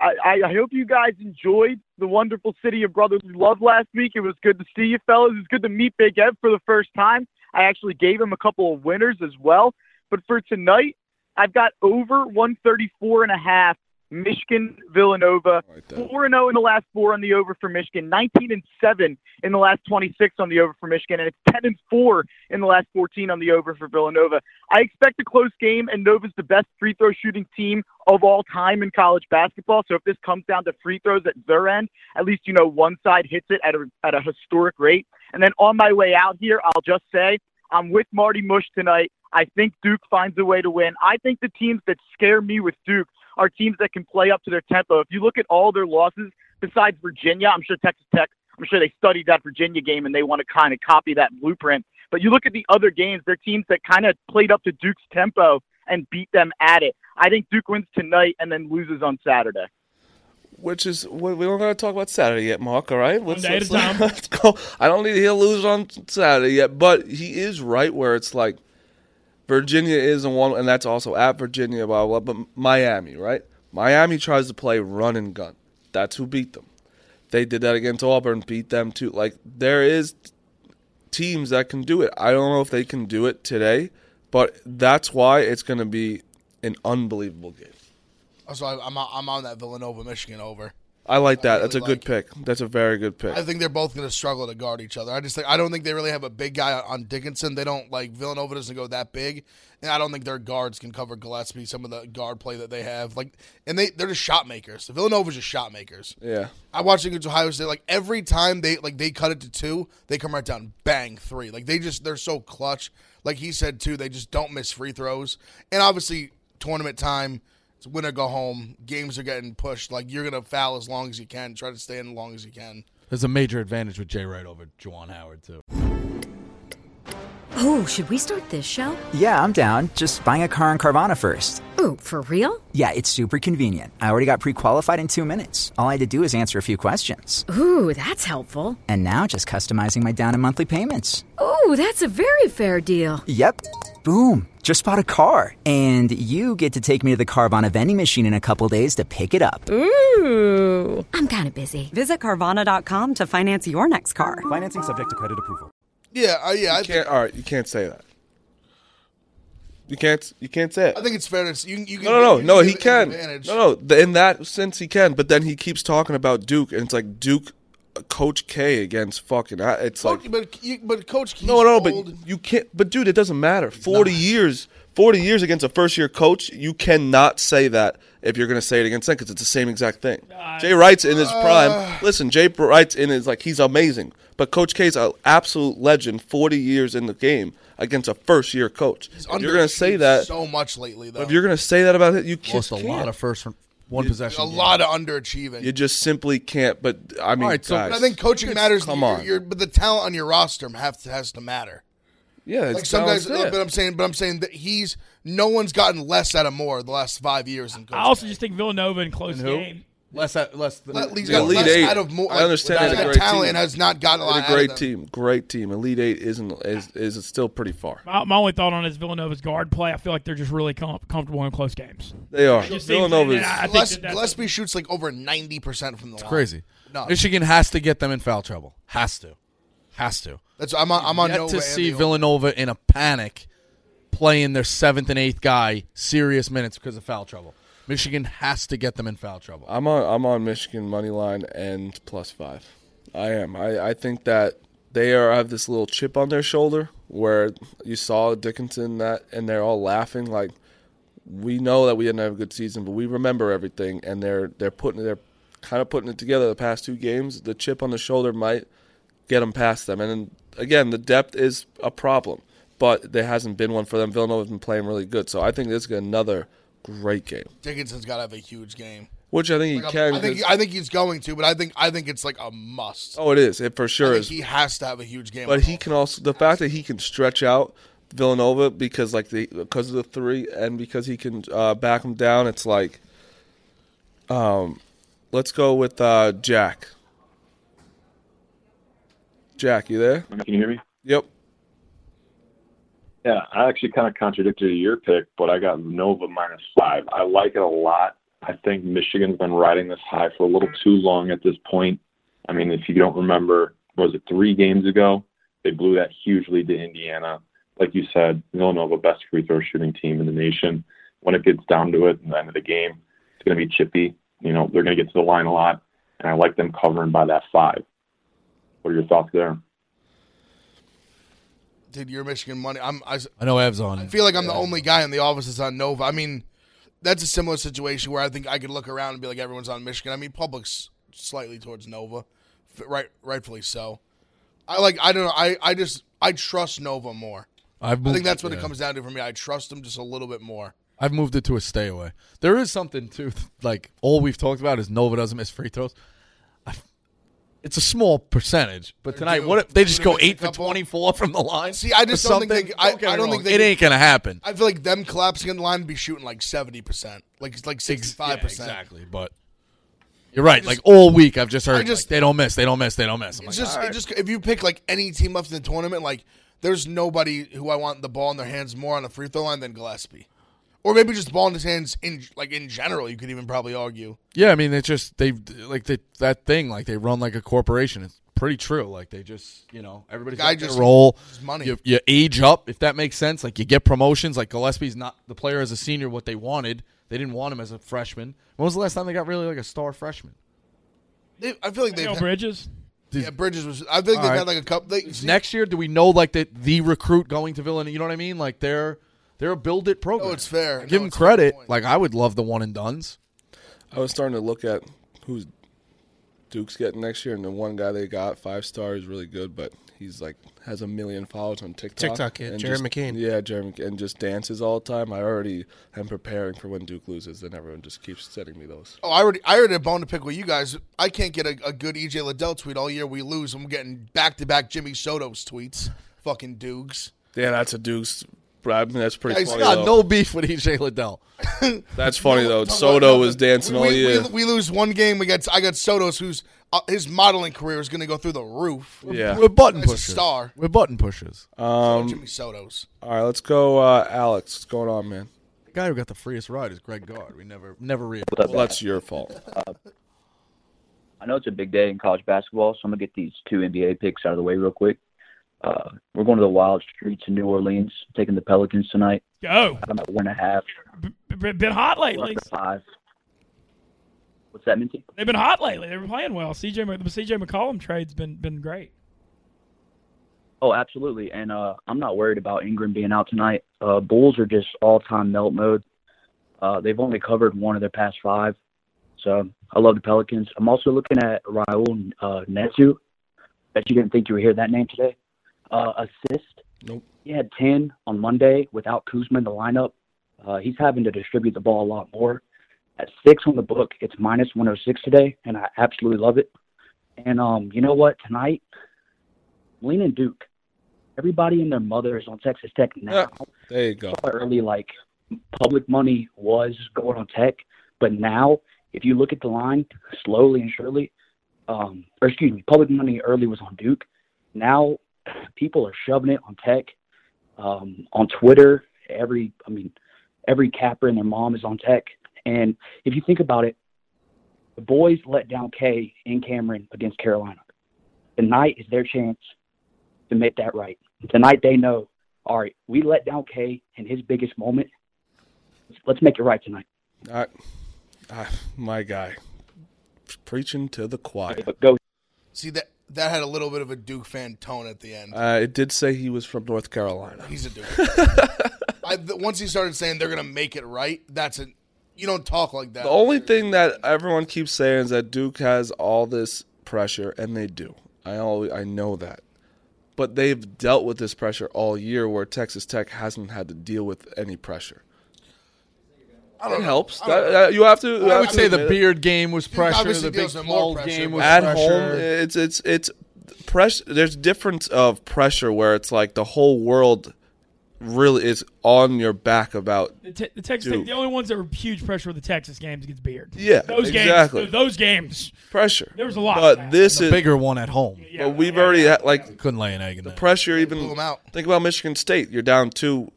S8: I, I hope you guys enjoyed the wonderful city of brotherly love last week. It was good to see you, fellas. It's good to meet Big Ev for the first time. I actually gave him a couple of winners as well. But for tonight, I've got over 134 and a half Michigan Villanova.
S3: Like that.
S8: 4 0 in the last four on the over for Michigan, 19 and 7 in the last 26 on the over for Michigan, and it's 10 and 4 in the last 14 on the over for Villanova. I expect a close game, and Nova's the best free throw shooting team of all time in college basketball. So if this comes down to free throws at their end, at least you know one side hits it at a, at a historic rate. And then on my way out here, I'll just say I'm with Marty Mush tonight. I think Duke finds a way to win. I think the teams that scare me with Duke are teams that can play up to their tempo. If you look at all their losses, besides Virginia, I'm sure Texas Tech, I'm sure they studied that Virginia game and they want to kind of copy that blueprint. But you look at the other games, they're teams that kind of played up to Duke's tempo and beat them at it. I think Duke wins tonight and then loses on Saturday.
S3: Which is we we don't gotta talk about Saturday yet, Mark. All right, let's,
S6: day at a
S3: let's-
S6: time.
S3: let's go. I don't need he'll lose on Saturday yet, but he is right where it's like Virginia is a one, and that's also at Virginia, blah blah. blah but Miami, right? Miami tries to play run and gun. That's who beat them. They did that against Auburn, beat them too. Like there is teams that can do it. I don't know if they can do it today, but that's why it's gonna be an unbelievable game.
S4: so I, I'm I'm on that Villanova Michigan over.
S3: I like that.
S4: really
S3: That's a good pick. That's a very good pick.
S4: I think they're both going to struggle to guard each other. I just think I don't think they really have a big guy on Dickinson. They don't like Villanova doesn't go that big, and I don't think their guards can cover Gillespie. Some of the guard play that they have, like, and they they're just shot makers. Villanova's just shot makers.
S3: Yeah.
S4: I watched it against Ohio State. Like every time they like they cut it to two, they come right down, bang three. Like they just they're so clutch. Like he said too, they just don't miss free throws. And obviously tournament time, it's win or go home. Games are getting pushed. Like you're gonna foul as long as you can. Try to stay in as long as you can.
S5: There's a major advantage with Jay Wright over Juwan Howard, too.
S9: Oh, should we start this show?
S10: Yeah, I'm down. Just buying a car in Carvana first.
S9: Ooh, for real?
S10: Yeah, it's super convenient. I already got pre qualified in two minutes. All I had to do is answer a few questions.
S9: Ooh, that's helpful.
S10: And now just customizing my down and monthly payments.
S9: Ooh, that's a very fair deal.
S10: Yep. Boom. Just bought a car. And you get to take me to the Carvana vending machine in a couple days to pick it up.
S9: Ooh. I'm kind of busy.
S11: Visit Carvana.com to finance your next car.
S10: Financing subject to credit approval.
S4: Yeah, I yeah. I
S3: You
S4: think,
S3: can't. All right, you can't say that. You can't. You can't say it.
S4: I think it's fair. To, you, you can
S3: no, no, no,
S4: you
S3: no.
S4: give
S3: He
S4: it an
S3: can.
S4: advantage.
S3: No, no. th- In that sense, he can. But then he keeps talking about Duke, and it's like Duke, uh, Coach K against fucking. I- It's like
S4: Coach- but you, but coach.
S3: no, no.
S4: he's
S3: But
S4: old.
S3: you can't. But dude, it doesn't matter. Forty years. Forty years against a first-year coach, you cannot say that if you're going to say it against them because it's the same exact thing. Jay Wright's in his
S4: Uh.
S3: prime. Listen, Jay Wright's in his like he's amazing, but Coach K's an absolute legend. Forty years in the game against a first-year coach. If you're going to say
S4: underachieved
S3: that.
S4: so much lately though.
S3: If you're gonna say that about it, you just
S5: Lost a
S3: can't.
S5: lot of first one possession.
S4: A
S5: game.
S4: lot of underachieving.
S3: You just simply can't. But I mean,
S5: All right, so-
S3: guys,
S4: I think coaching matters.
S3: Come
S4: You're-
S3: on,
S4: you're- but the talent on your roster have to, has to matter.
S3: yeah,
S4: like
S3: it's
S4: some guys,
S3: balanced there.
S4: but I'm saying, but I'm saying that he's no one's gotten less out of Moore the last five years. In
S6: I also just think Villanova in close
S4: And who?
S6: game.
S5: Less, less,
S4: Let- he's
S3: The
S4: got
S3: Elite
S4: less
S3: Eight.
S4: out of Moore.
S3: I
S4: like,
S3: understand
S4: he's
S3: that
S4: got
S3: great
S4: talent
S3: team.
S4: has not gotten a lot.
S3: They're
S4: out
S3: great
S4: of them.
S3: team, great team. Elite Eight isn't is is still pretty far.
S6: My, my only thought on it is Villanova's guard play. I feel like they're just really com- comfortable in close games.
S3: They are.
S6: It just seems-
S3: Villanova's.
S6: and I- I think
S4: Gilles-
S6: that that's-
S4: Gillespie shoots like over ninety percent from the
S5: It's
S4: line.
S5: crazy.
S4: No,
S5: Michigan has to get them in foul trouble. Has to, has to.
S4: that's I'm on. I'm on
S5: Yet
S4: Nova
S5: to
S4: and
S5: see
S4: the-
S5: Villanova in a panic, playing their seventh and eighth guy serious minutes because of foul trouble. Michigan has to get them in foul trouble.
S3: I'm on I'm on Michigan money line and plus five. I am. I, I think that they are have this little chip on their shoulder where you saw Dickinson that and they're all laughing like we know that we didn't have a good season, but we remember everything and they're they're putting they're kind of putting it together the past two games. The chip on the shoulder might get them past them. And then, again, the depth is a problem, but there hasn't been one for them. Villanova's been playing really good, so I think this is another great game,
S4: Dickinson's got to have a huge game.
S3: which I think
S4: Like,
S3: he can.
S4: I think
S3: 'cause-
S4: I think he's going to, but I think I think it's like a must.
S3: Oh, it is. It for
S4: I
S3: sure
S4: think
S3: is.
S4: he has to have a huge game.
S3: but he can also the fact that he can stretch out Villanova because like the because of the three and because he can uh, back him down. It's like, um, let's go with uh, Jack. Jack, you there?
S12: Can you hear me?
S3: Yep.
S12: Yeah, I actually kind of contradicted your pick, but I got Nova minus five. I like it a lot. I think Michigan's been riding this high for a little too long at this point. I mean, if you don't remember, was it three games ago? They blew that huge lead to Indiana. Like you said, Villanova, best free throw shooting team in the nation. When it gets down to it, in the end of the game, it's going to be chippy. You know, they're going to get to the line a lot, and I like them covering by that five. What are your thoughts there?
S4: Dude, your Michigan money. I'm. I, s-
S5: I know Ev's on.
S4: I feel like I'm the only guy in the office that's on Nova. I mean, that's a similar situation where I think I could look around and be like, everyone's on Michigan. I mean, public's slightly towards Nova, f- right? Rightfully so. I like. I don't know. I. I just. I trust Nova more.
S5: I've
S4: I
S5: moved-
S4: think that's what it
S5: yeah.
S4: comes down to for me. I trust him just a little bit more.
S5: I've moved it to a stay away. There is something too. Like all we've talked about is Nova doesn't miss free throws. I- It's a small percentage, but tonight,
S4: due.
S5: what if they just
S4: Could've
S5: go
S4: missed a
S5: eight for twenty-four from the line?
S4: See, I
S5: or
S4: just don't think
S5: something?
S4: they. I,
S5: get
S4: I
S5: me
S4: don't
S5: wrong.
S4: think they,
S5: it ain't gonna happen.
S4: I feel like them collapsing in the line would be shooting like seventy percent, like like sixty five percent.
S5: Exactly, but you're right. like all week, I've just
S4: I
S5: heard like,
S4: just-
S5: they don't miss, they don't miss, they don't miss. I'm
S4: It's
S5: like,
S4: just,
S5: all
S4: it
S5: right.
S4: just if you pick like any team left in the tournament, like there's nobody who I want the ball in their hands more on the free throw line than Gillespie, or maybe just ball in his hands in like in general. You could even probably argue.
S5: yeah. I mean, it's just they like they, that thing. Like they run like a corporation. It's pretty true. Like they just you know everybody's
S4: Guy
S5: got their
S4: just-
S5: role.
S4: just money.
S5: You, you age up if that makes sense. Like you get promotions. Like Gillespie's not the player as a senior. What they wanted, they didn't want him as a freshman. When was the last time they got really like a star freshman?
S4: They, I feel like they've
S6: Daniel Bridges.
S4: Yeah, Bridges was. I think
S5: All
S4: they've
S5: right.
S4: had like a couple. They, see,
S5: Next year, do we know like the the recruit going to Villanova? You know what I mean? Like they're they're a build it program.
S4: No, Oh, it's fair.
S5: Give them credit. Like I would love the one and duns.
S3: I was starting to look at who's Duke's getting next year, and the one guy they got five star is really good, but he's like has a million followers on TikTok.
S13: TikTok, yeah,
S3: and
S13: Jared
S3: just-
S13: McCain.
S3: Yeah, Jared McCain, and just dances all the time. I already am preparing for when Duke loses, and everyone just keeps sending me those.
S4: Oh, I already, I already had a bone to pick with you guys. I can't get a, a good EJ Liddell tweet all year. We lose. I'm getting back to back Jimmy Soto's tweets. Fucking Dukes.
S3: Yeah, that's a Duke's. but I mean, that's pretty
S4: Guys,
S3: funny.
S5: Got
S3: though.
S5: no beef with EJ Liddell.
S3: That's funny though. Soto was dancing
S4: We,
S3: all
S4: we,
S3: year.
S4: we, we lose one game. We got I got Soto's, who's uh, his modeling career is going to go through the roof.
S3: Yeah.
S5: We're button
S4: That's a
S5: pushers.
S4: star.
S5: We're button pushers.
S3: um,
S4: Jimmy Soto's.
S3: all right, let's go, uh, Alex. What's going on, man?
S5: The guy who got the freest ride is Greg Gard. We never never read.
S3: Well, that's your fault.
S14: Uh, I know it's a big day in college basketball, so I'm gonna get these two NBA picks out of the way real quick. Uh, we're going to the wild streets in New Orleans, taking the Pelicans tonight.
S6: Go.
S14: I'm at one and a half.
S6: B- Been hot lately.
S14: Um, Five. What's that, Minty?
S6: They've been hot lately. They've been playing well. CJ Mc- the CJ McCollum trade's been been great.
S14: Oh, absolutely. And uh, I'm not worried about Ingram being out tonight. Uh, Bulls are just all-time melt mode. Uh, they've only covered one of their past five, so I love the Pelicans. I'm also looking at Raul uh, Netu. Bet you didn't think you would hear that name today. Uh, assist.
S3: Nope.
S14: He had 10 on Monday without Kuzma in the lineup. Uh, he's having to distribute the ball a lot more. at six on the book. It's minus 106 today, and I absolutely love it. And um, you know what? Tonight, I'm leaning Duke. Everybody and their mother is on Texas Tech now.
S3: There you go.
S14: How Early, like public money was going on Tech, but now, if you look at the line slowly and surely, um, or excuse me, public money early was on Duke. Now, people are shoving it on Tech, um, on Twitter. Every, I mean, every capper and their mom is on Tech. And if you think about it, the boys let down K in Cameron against Carolina. Tonight is their chance to make that right. Tonight they know, all right, we let down K in his biggest moment. Let's make it right tonight.
S3: I, I, my guy, preaching to the choir.
S14: Go.
S4: See that that had a little bit of a Duke fan tone at the end.
S3: Uh, it did say he was from North Carolina.
S4: He's a Duke. I, th- once he started saying they're gonna make it right, that's a you don't talk like that.
S3: The only thing that everyone keeps saying is that Duke has all this pressure, and they do. I always, I know that, but they've dealt with this pressure all year, where Texas Tech hasn't had to deal with any pressure. It helps. That- that- you have to. you
S5: I
S3: have
S5: would
S3: to
S5: say the
S3: admit it.
S5: beard game was pressure.
S4: obviously
S5: The big
S4: deals with more
S5: 12
S4: pressure,
S5: game
S4: but-
S5: was
S3: at
S5: pressure.
S3: home it's it's it's pressure there's difference of pressure where it's like the whole world really is on your back about
S6: The, te- the Texas Tech,
S3: Duke.
S6: the only ones that were huge pressure were the Texas games against Beard.
S3: Yeah,
S6: those
S3: exactly.
S6: games. Those games.
S3: pressure
S6: There was a lot.
S3: but this
S5: The
S3: is
S5: bigger one at home.
S3: but we've already had like
S5: couldn't lay an egg in
S3: the
S5: that.
S3: pressure even think about michigan state you're down two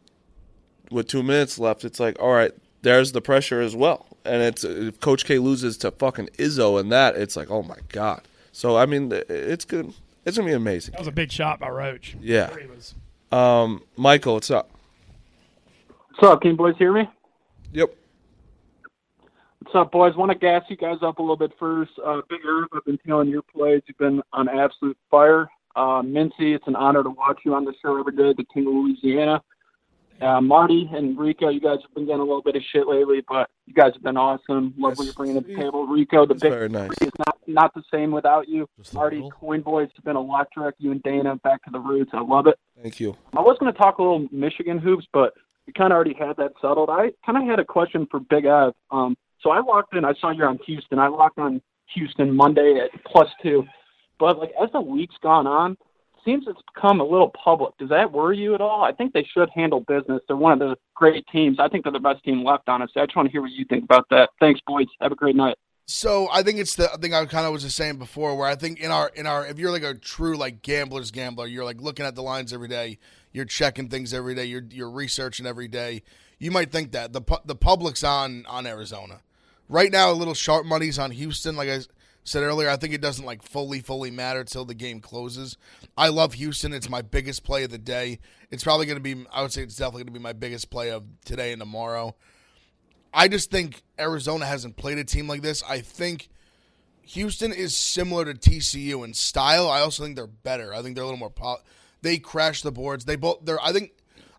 S3: with two minutes left it's like all right there's the pressure as well and it's if coach k loses to fucking izzo and that it's like oh my god so i mean it's good it's gonna be amazing
S6: That was a big shot by Roach.
S3: Yeah. Um, Michael, what's up?
S15: What's up? Can you boys hear me?
S3: Yep.
S15: What's up, boys? Want to gas you guys up a little bit first. Uh, Big Irv, I've been telling your plays. You've been on absolute fire. Uh, Mincy, it's an honor to watch you on the show every day, the King of Louisiana. Uh, Marty and Rico, you guys have been getting a little bit of shit lately, but you guys have been awesome. Love what you're bringing to the table. Rico, the big
S3: Very nice.
S15: it's not not the same without you. Marty, Coin Boys have been electric. You and Dana, back to the roots. I love it.
S3: Thank you.
S15: I was going to talk a little Michigan hoops, but we kind of already had that settled. I kind of had a question for Big Ev. Um, so I walked in. I saw you're on Houston. I walked on Houston Monday at plus two, but like as the week's gone on, it seems it's become a little public. Does that worry you at all? I think they should handle business. They're one of the great teams. I think they're the best team left. Honestly, I just want to hear what you think about that. Thanks, boys. Have a great night.
S4: So I think it's the I think I kind of was just saying before where I think in our in our if you're like a true like gambler's gambler, you're like looking at the lines every day, you're checking things every day, you're you're researching every day. You might think that the pu- the public's on on Arizona right now. A little sharp money's on Houston. Like I s- said earlier, I think it doesn't like fully fully matter till the game closes. I love Houston. It's my biggest play of the day. It's probably going to be I would say it's definitely going to be my biggest play of today and tomorrow. I just think Arizona hasn't played a team like this. I think Houston is similar to TCU in style. I also think they're better. I think they're a little more. Po- they crash the boards. They both. They're. I think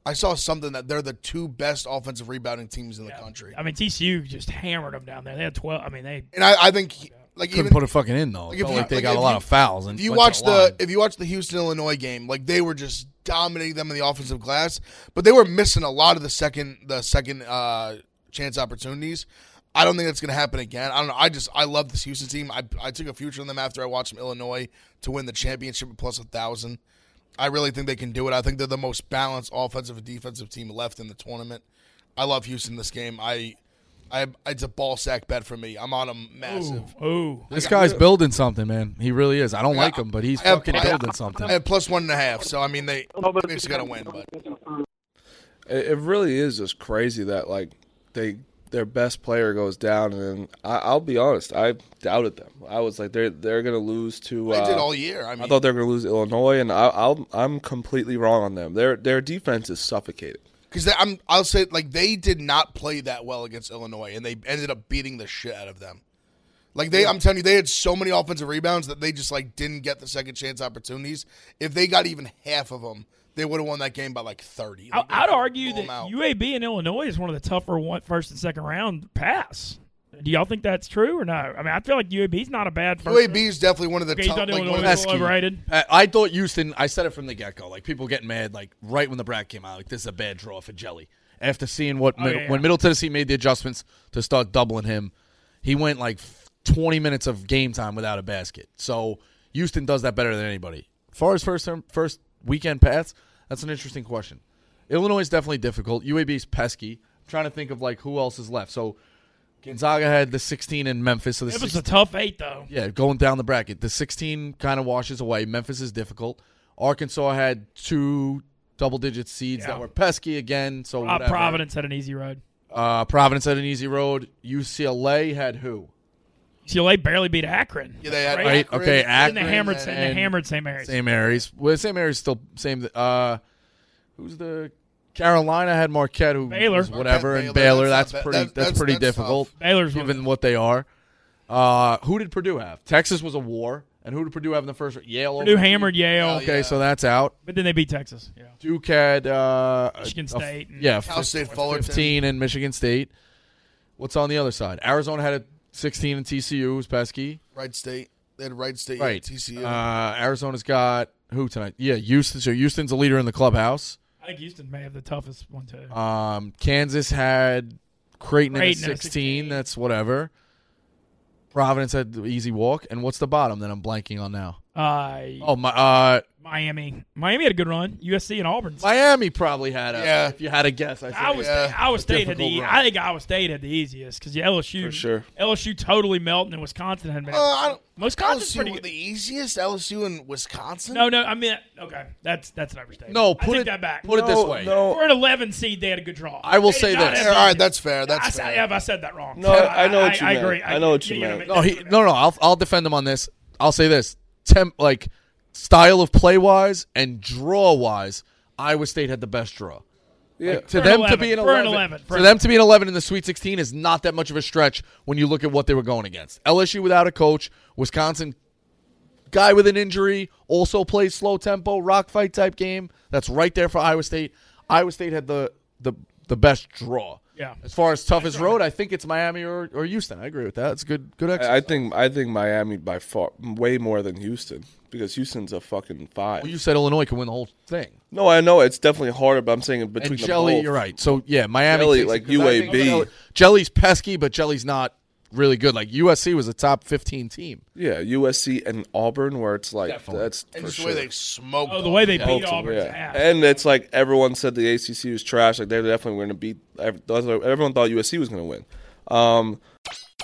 S4: I saw something that they're the two best offensive rebounding teams in the country.
S6: I mean, TCU just hammered them down there. They had twelve. I mean, they.
S4: And I, I think he- like
S5: Couldn't
S4: even,
S5: put it fucking in though.
S4: Like,
S5: It
S4: if
S5: felt
S4: you-
S5: like they
S4: like,
S5: got a
S4: if
S5: lot
S4: you-
S5: of fouls. And
S4: if you
S5: went to
S4: watch
S5: line.
S4: the if you watch the Houston Illinois game, like they were just dominating them in the offensive glass, but they were missing a lot of the second the second uh, chance opportunities. I don't think that's going to happen again. I don't know. I just I love this Houston team. I I took a future on them after I watched them Illinois to win the championship at plus a thousand. I really think they can do it. I think they're the most balanced offensive and defensive team left in the tournament. I love Houston this game. I. I, it's a ball sack bet for me. I'm on them massive.
S6: Oh,
S5: This guy's building something, man. He really is. I don't
S4: Yeah,
S5: like him, but he's
S4: I have-
S5: fucking
S4: I-
S5: building something.
S4: I have plus one and a half, so I mean they they just got to win. But
S3: It, it really is just crazy that like they their best player goes down, and then I, I'll be honest, I doubted them. I was like, they're they're gonna lose to.
S4: They
S3: Uh,
S4: did all year, I mean.
S3: thought they were gonna lose to Illinois, and I, I'll I'm completely wrong on them. Their their defense is suffocated.
S4: because I'm I'll say like they did not play that well against Illinois, and they ended up beating the shit out of them. Like they, I'm telling you, they had so many offensive rebounds that they just like didn't get the second chance opportunities. If they got even half of them, they would have won that game by like thirty.
S6: I,
S4: Like,
S6: I'd argue
S4: blow
S6: that
S4: 'em out.
S6: UAB and Illinois is one of the tougher one, first and second round pass. Do y'all think that's true or not? I mean, I feel like UAB's not a bad first.
S4: UAB is definitely one of the
S6: Okay, you
S4: top.
S6: thought
S4: Like,
S6: Illinois
S4: one of
S6: was
S4: the,
S6: overrated.
S5: I, I thought Houston. I said it from the get go. Like people get mad, like right when the bracket came out, like this is a bad draw for Jelly. after seeing what
S6: Oh,
S5: Mid-
S6: yeah, yeah.
S5: when Middle Tennessee made the adjustments to start doubling him, he went like 20 minutes of game time without a basket. So Houston does that better than anybody. Far as first term, first weekend pass, that's an interesting question. Illinois is definitely difficult. UAB's pesky. I'm trying to think of like who else is left. So Gonzaga had the 16 in Memphis. So the
S6: It was
S5: 16
S6: a tough eight, though.
S5: yeah, going down the bracket. The 16 kind of washes away. Memphis is difficult. Arkansas had two double digit seeds
S6: Yeah.
S5: that were pesky again. So
S6: Uh,
S5: whatever.
S6: Providence had an easy road.
S5: Uh, Providence had an easy road. UCLA had who?
S6: UCLA barely beat Akron. Yeah,
S4: they had
S5: Right. Okay.
S6: And
S5: Akron.
S6: they hammered, and, they hammered St. Mary's.
S5: St. Mary's. Well, St. Mary's still same. Uh, who's the Carolina had Marquette, who
S6: Baylor.
S5: was whatever,
S6: Marquette,
S5: and
S6: Baylor,
S5: Baylor. That's,
S6: that's not ba-
S5: pretty.
S6: that-
S5: that's,
S6: that's-
S5: pretty
S6: that's
S5: difficult.
S6: tough. Baylor's one of
S5: given what they are. Uh, who did Purdue have? Texas was a war, and who did Purdue have in the first? round? Yale.
S6: Purdue
S5: over-
S6: hammered Yale.
S5: Okay, so that's out.
S6: But then they beat Texas. Yeah.
S5: Duke had uh,
S6: Michigan
S5: a-
S6: State and-
S5: yeah,
S6: Cal State
S5: fif-
S6: Fullerton.
S5: fifteen and Michigan State. What's on the other side? Arizona had a sixteen and TCU was pesky.
S4: Wright State. They had Wright State.
S5: Right.
S4: TCU.
S5: Uh, Arizona's got who tonight? Yeah, Houston. So Houston's a leader in the clubhouse.
S6: I think Houston may have the toughest one too.
S5: Um, Kansas had Creighton,
S6: Creighton
S5: at
S6: at
S5: a 16. That's whatever. Providence had the easy walk. And what's the bottom that I'm blanking on now?
S6: Uh,
S5: Oh, my. Uh,
S6: Miami. Miami had a good run. USC and Auburn.
S5: Miami probably had a.
S6: Yeah.
S5: If you had a guess, I think.
S6: Iowa State, Iowa State had the.
S5: difficult
S6: e-
S5: run.
S6: I think Iowa State had the easiest because LSU.
S3: For sure.
S6: LSU totally melted, and Wisconsin had been.
S4: Uh, I don't,
S6: Wisconsin's
S4: LSU
S6: pretty
S4: were
S6: good.
S4: the easiest. LSU and Wisconsin.
S6: No, no. I mean, okay, that's that's an overstatement.
S4: No,
S6: I
S4: put
S6: take
S4: it-
S6: that back.
S4: put it this No, way. no.
S6: For an 11 seed, they had a good draw.
S5: I will
S6: They
S5: say
S6: did not
S5: this.
S6: have
S5: All
S6: the
S5: right,
S6: easiest.
S5: that's fair, that's
S6: I, said-
S5: fair.
S6: Have I said that wrong?
S3: No, I- I know what you
S6: I,
S3: meant.
S6: agree.
S3: I know what you
S6: yeah,
S3: meant.
S5: No, he, no, no. I'll, I'll defend him on this. I'll say this: temp, like style of play wise and draw wise, Iowa State had the best draw.
S3: Yeah.
S5: Like, to
S3: For an
S5: them to
S3: 11,
S5: be an
S3: for an
S5: eleven,
S3: 11, for
S5: for
S3: an-
S5: them to be an eleven in the Sweet Sixteen is not that much of a stretch when you look at what they were going against. LSU without a coach, Wisconsin guy with an injury, also plays slow tempo, rock fight type game. That's right there for Iowa State. Iowa State had the the the best draw.
S6: Yeah.
S5: As far as toughest road, I think it's Miami or, or Houston. I agree with that. It's a good good exercise.
S3: I, I think I think Miami by far way more than Houston because Houston's a fucking five.
S5: Well, you said Illinois could win the whole thing.
S3: No, I know it's definitely harder, but I'm saying in between
S5: and
S3: the
S5: Jelly,
S3: both.
S5: you're right. So yeah, Miami
S3: Jelly,
S5: takes it
S3: like
S5: 'cause I think
S3: UAB.
S5: Jelly- Jelly's pesky, but Jelly's not really good. Like USC was a top 15 team.
S3: Yeah, USC and Auburn, where it's like that's
S4: And
S3: for
S4: just the
S3: sure.
S4: way they smoked.
S6: Oh, the way they
S4: them.
S6: beat Auburn's ass.
S3: And it's like everyone said the ACC was trash. Like they're definitely going to beat. ev- Everyone thought USC was going to win. Um,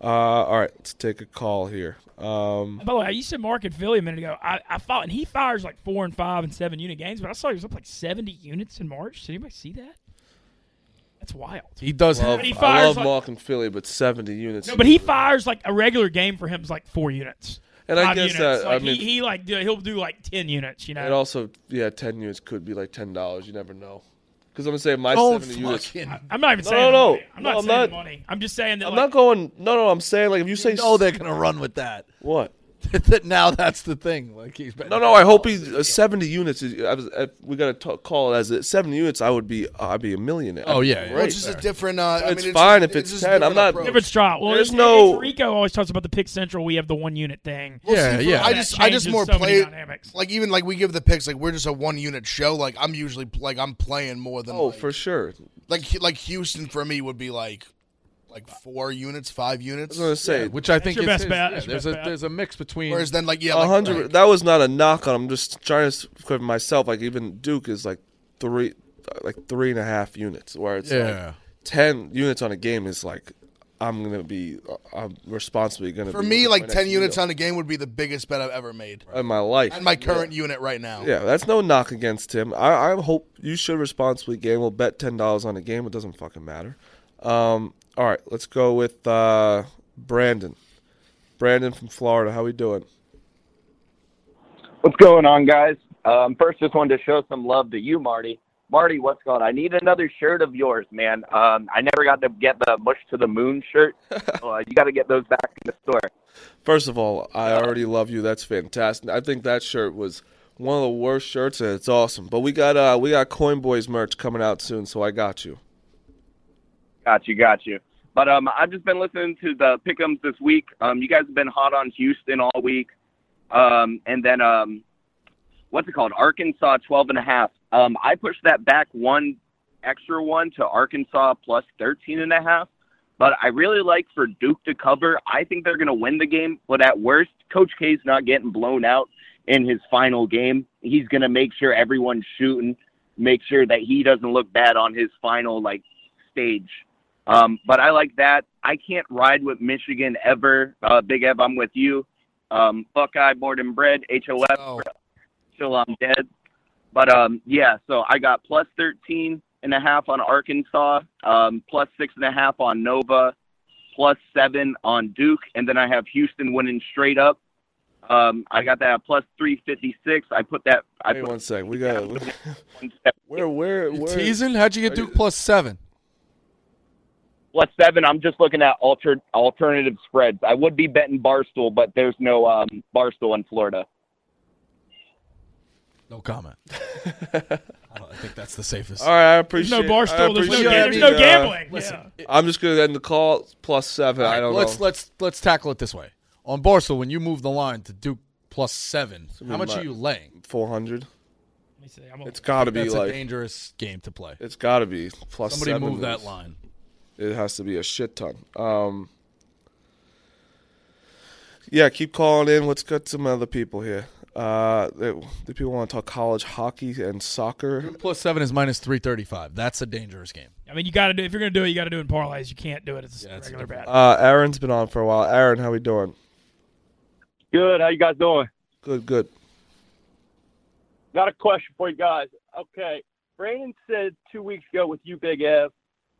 S3: uh, all right, let's take a call here. Um,
S6: By the way, you said Mark in Philly a minute ago. I, I thought, and he fires like four and five and seven unit games, but I saw he was up like 70 units in March. Did anybody see that? That's wild.
S5: He does
S3: love,
S6: But he
S3: I
S6: fires
S3: love
S6: like-
S3: Malkin Philly, but seventy units.
S6: No, but he fires like a regular game for him is like four units.
S3: And I
S6: Five
S3: guess
S6: units.
S3: that- I
S6: like,
S3: mean-
S6: he, he like do- he'll do like 10 units, you know.
S3: It also, yeah, ten units could be like ten dollars. You never know. Because I'm gonna say my
S6: Don't
S3: seventy units.
S5: fucking-
S6: I- I'm not even
S3: no,
S6: saying
S3: no,
S6: the
S3: no.
S6: money. I'm not
S3: No,
S6: saying the money. I'm just saying that
S3: I'm
S6: like,
S3: not going. No, no. I'm saying like if you say
S5: know they're gonna run with that.
S3: What?
S5: that now that's the thing. Like he's been,
S3: No, no. I hope he's uh, seventy units. Is, I was, I, we gotta talk, call it as it. seventy units. I would be. I'd be a millionaire. I'd
S5: Oh, yeah,
S3: be
S5: yeah.
S3: great.
S4: Well, it's just a different. Uh, I
S3: it's
S4: mean,
S3: fine
S4: it's,
S3: if it's,
S4: just a
S3: ten. I'm
S4: different
S3: not.
S4: approach.
S6: Different straw. Well,
S3: There's
S6: it's-
S3: no.
S6: it's- Rico always talks about the pick central. We have the one unit thing.
S4: Well, see, for- I
S6: That
S4: just, I just
S6: changes
S4: more
S6: so many
S4: play.
S6: dynamics.
S4: Like even like we give the picks. Like we're just a one unit show. Like I'm usually like I'm playing more than.
S3: oh,
S4: like,
S3: for sure.
S4: like like Houston for me would be like like four units, five units.
S3: I was gonna say, Yeah,
S5: which I think
S4: is
S5: is his- yeah, there's a there's a mix between.
S4: Whereas then, like yeah,
S3: A
S4: like,
S3: hundred.
S4: like,
S3: that was not a knock on. I'm just trying to equip myself. Like even Duke is like three, like three and a half units. Where it's
S5: Yeah.
S3: like ten units on a game is like I'm gonna be. uh, I'm responsibly gonna.
S4: for
S3: be
S4: me,
S3: looking
S4: like
S3: for my
S4: ten
S3: next
S4: units
S3: meal
S4: on a game would be the biggest bet I've ever made.
S3: in my life
S4: And my current
S3: Yeah.
S4: unit right now.
S3: Yeah, that's no knock against him. I, I hope you should responsibly gamble. Bet ten dollars on a game. It doesn't fucking matter. Um, all right, let's go with uh, Brandon. Brandon from Florida. How we doing?
S16: What's going on, guys? Um, first, just wanted to show some love to you, Marty. Marty, what's going on? I need another shirt of yours, man. Um, I never got to get the Mush to the Moon shirt. so, uh, you got to get those back in the store.
S3: First of all, I already love you. That's fantastic. I think that shirt was one of the worst shirts, and it's awesome. But we got uh we got Coin Boys merch coming out soon, so I got you.
S16: Got you, got you. But um, I've just been listening to the pickums this week. Um, you guys have been hot on Houston all week. Um, and then um, what's it called? Arkansas twelve and a half. Um, I pushed that back one extra one to Arkansas plus thirteen and a half. But I really like for Duke to cover. I think they're going to win the game. But at worst, Coach K's not getting blown out in his final game. He's going to make sure everyone's shooting, make sure that he doesn't look bad on his final like stage. Um, but I like that. I can't ride with Michigan ever. Uh, Big Ev, I'm with you. Um, Buckeye, board and bred, HOF,
S5: Oh.
S16: till I'm dead. But um, yeah, so I got plus 13 and a half on Arkansas, um, plus six and a half on Nova, plus seven on Duke, and then I have Houston winning straight up. Um, I got that at plus 356. I put that. I
S3: Hey,
S16: put
S3: one sec. We got where where where
S5: Teasing? How'd you get Duke plus seven?
S16: plus seven. I'm just looking at altered alternative spreads. I would be betting Barstool, but there's no um, Barstool in Florida.
S5: No comment. I think that's the safest.
S3: All right, I appreciate.
S5: There's no
S3: I
S5: Barstool, there's no
S3: appreciate
S5: ga-
S3: it.
S5: there's no gambling,
S3: Listen, I'm just gonna end the call plus seven. I don't
S5: let's
S3: know.
S5: let's let's tackle it this way. On Barca, when you move the line to Duke plus seven,
S3: So we
S5: how much
S3: might-
S5: are you laying?
S3: Four hundred.
S6: I'm
S3: It's got to be
S5: That's a
S3: like
S5: dangerous game to play.
S3: It's got to be plus.
S5: Somebody
S3: seven
S5: move that
S3: is-
S5: line.
S3: It has to be a shit ton. Um, yeah, keep calling in. Let's get some other people here. Uh, the the people want to talk college hockey and soccer.
S5: Duke plus seven is minus three thirty-five. That's a dangerous game.
S6: I mean, you got to do if you're going to do it, you got to do it in parlays. You can't do it as a regular bet.
S3: Uh, Aaron's been on for a while. Aaron, how we doing?
S17: Good. How you guys doing?
S3: Good, good.
S17: Got a question for you guys. Okay. Brandon said two weeks ago with you, Big Ev,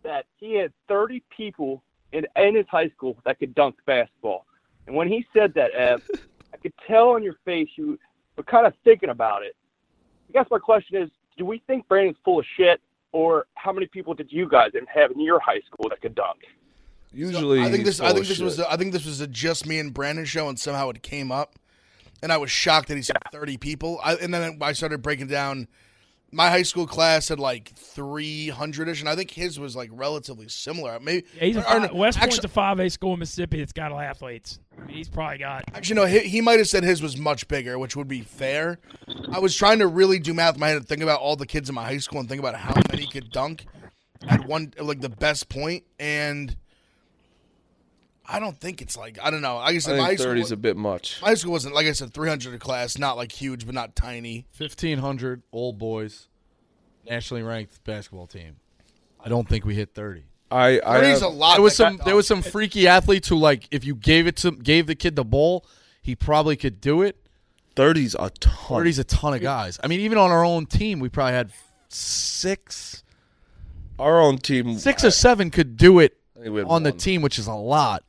S17: that he had 30 people in, in his high school that could dunk basketball. And when he said that, Ev, I could tell on your face you were kind of thinking about it. I guess my question is do we think Brandon's full of shit, or how many people did you guys have in your high school that could dunk?
S3: Usually,
S4: I think
S3: he's
S4: this. I
S3: full
S4: think
S3: of
S4: this was.
S3: shit.
S4: A, I think this was a just me and Brandon show, and somehow it came up, and I was shocked that he said thirty people. I, and then I started breaking down. My high school class had like three hundred ish, and I think his was like relatively similar. Maybe
S6: Yeah, he's a
S4: or- or
S6: five,
S4: no,
S6: West Point's
S4: actually-
S6: a five A school in Mississippi. It's got all athletes. I mean, he's probably got.
S4: Actually, no, he, he might have said his was much bigger, which would be fair. I was trying to really do math in my head and think about all the kids in my high school and think about how many could dunk at one, like the best point, And I don't think it's like, I don't know. Like I
S3: I
S4: said, my high
S3: think
S4: school,
S3: thirty's a bit much.
S4: my high school wasn't, like I said, 300 a class, not like huge, but not tiny.
S5: Fifteen hundred old boys, nationally ranked basketball team. I don't think we hit thirty.
S3: I I have,
S5: There was some. There was some freaky athletes who, like, if you gave it to gave the kid the ball, he probably could do it.
S3: Thirties a ton.
S5: Thirties a ton of guys. I mean, even on our own team, we probably had six,
S3: our own team.
S5: six or seven could do it
S3: I think we
S5: on
S3: had
S5: the team, which is a lot.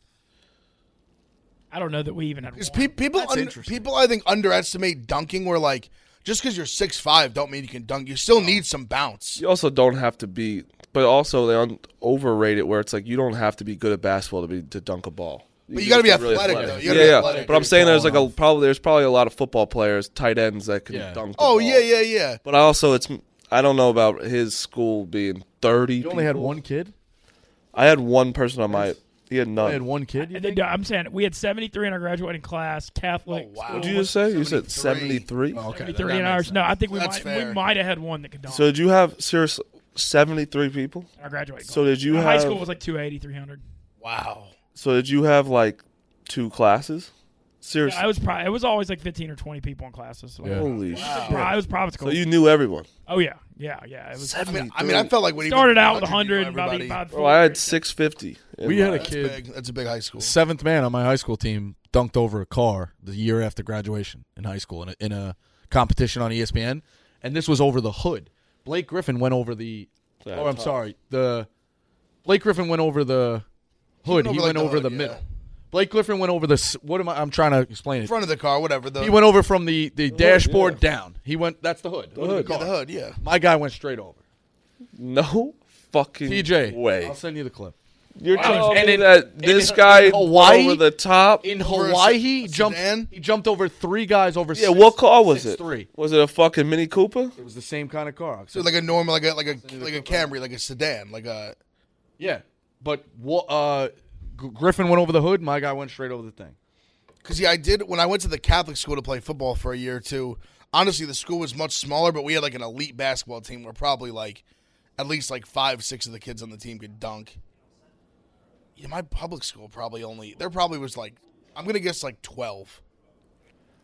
S6: I don't know that we even had.
S4: Because pe- people, un- people, I think underestimate dunking. Where like, just because you're six five, don't mean you can dunk. You still need some bounce.
S3: You also don't have to be, but also they un- overrate it where it's like you don't have to be good at basketball to be to dunk a ball.
S4: But
S3: just
S4: you gotta be
S3: have to be
S4: athletic, though. You gotta
S3: yeah,
S4: be
S3: yeah.
S4: athletic.
S3: But I'm saying there's like a probably there's probably a lot of football players, tight ends that can dunk. the
S4: Oh
S3: ball.
S4: yeah, yeah, yeah.
S3: But I also it's I don't know about his school being 30.
S5: You only had
S3: people.
S5: one kid.
S3: I had one person on my. He had none.
S5: one kid.
S6: I'm saying we had 73 in our graduating class. Catholic.
S4: Oh,
S6: wow.
S3: What did you just say? You said 73.
S5: Oh,
S6: okay. 73 in ours. No, I think we
S4: That's
S6: might, we
S4: fair.
S6: might have had one that could dunk.
S3: So did you have seriously 73 people?
S6: in our graduating.
S3: So
S6: class.
S3: did you
S6: Our
S3: have
S6: high school was like 280, 300.
S4: Wow.
S3: So did you have like two classes? Seriously.
S6: Yeah, I was probably it was always like 15 or 20 people in classes. So like-
S3: Holy
S6: It was
S3: shit.
S6: a pri- It was private school.
S3: So you knew everyone.
S6: Oh yeah, yeah, yeah. It was.
S4: I mean, I mean, I felt like when he
S6: started
S4: went to
S6: out with
S4: college,
S6: 100,
S4: you knew
S6: about
S4: everybody.
S6: about
S3: Bro, Oh, I had 650. in
S5: We had
S3: my-
S5: a kid.
S4: That's big. That's a big high school.
S5: Seventh man on my high school team dunked over a car the year after graduation in high school in a, in a competition on E ESPN, and this was over the hood. Blake Griffin went over the.
S3: Yeah,
S5: or I'm
S3: tough.
S5: sorry, the Blake Griffin went over the hood. He went over,
S4: over,
S5: the,
S4: like, the hood, yeah.
S5: middle. Blake Griffin went over the. s- What am I? I'm trying to explain
S4: In
S5: it.
S4: front of the car, whatever. The,
S5: He went over from the, the
S4: hood,
S5: dashboard
S4: yeah.
S5: down. He went. That's the hood. The
S4: Yeah, the hood, yeah.
S5: My guy went straight over.
S3: No fucking
S5: TJ,
S3: way.
S5: I'll send you the clip.
S3: You're
S5: Wow.
S3: telling
S5: And
S3: me
S5: in-
S3: that
S5: and
S3: this
S5: in
S3: guy
S5: Hawaii?
S3: over the top
S5: In Hawaii, he jumped. He jumped over three guys over.
S3: Yeah,
S5: six-
S3: what car was
S5: six
S3: it?
S5: Three.
S3: Was it a fucking Mini Cooper?
S5: It was the same kind of car.
S4: So like a normal, like a like a like a Camry, like a sedan, like a
S5: Yeah, but what? Uh, G- Griffin went over the hood. My guy went straight over the thing.
S4: Because yeah, I did when I went to the Catholic school to play football for a year or two. Honestly, the school was much smaller, but we had like an elite basketball team where probably like at least like five, six of the kids on the team could dunk. Yeah, my public school probably only there probably was like I'm gonna guess like twelve.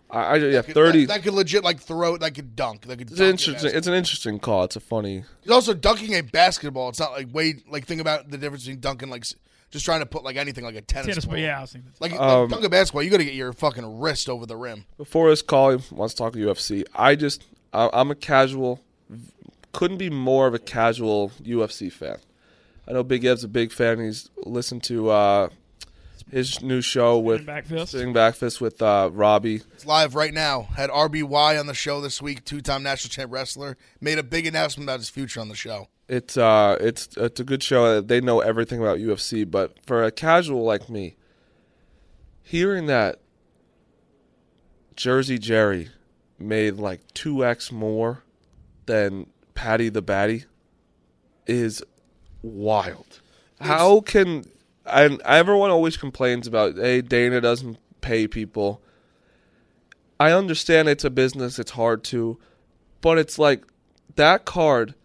S3: I, I yeah,
S4: That could-
S3: thirty.
S4: That, that could legit like throw. That could dunk. That could.
S3: it's
S4: dunk
S3: an
S4: a
S3: interesting. It's an interesting car. It's a funny.
S4: He's also dunking a basketball. It's not like way like think about the difference between dunking like s- just trying to put like anything like a tennis.
S6: Tennis, but
S4: ball.
S6: yeah, I was thinking
S4: like, like
S3: Um,
S4: dunk a basketball. You got to get your fucking wrist over the rim.
S3: Before this call, he wants to talk UFC. I just, I, I'm a casual, couldn't be more of a casual UFC fan. I know Big Ev's a big fan. He's listened to uh, his new show with
S4: Back Fist?
S3: Sitting Back Fist with uh, Robbie.
S4: It's live right now. Had RBY on the show this week. Two-time national champ wrestler made a big announcement about his future on the show.
S3: It's uh, it's it's a good show. Uh, They know everything about UFC, but for a casual like me, hearing that Jersey Jerry made like two x more than Patty the Batty is wild. How can and everyone always complains about hey Dana doesn't pay people. I understand it's a business; it's hard to, but it's like that card.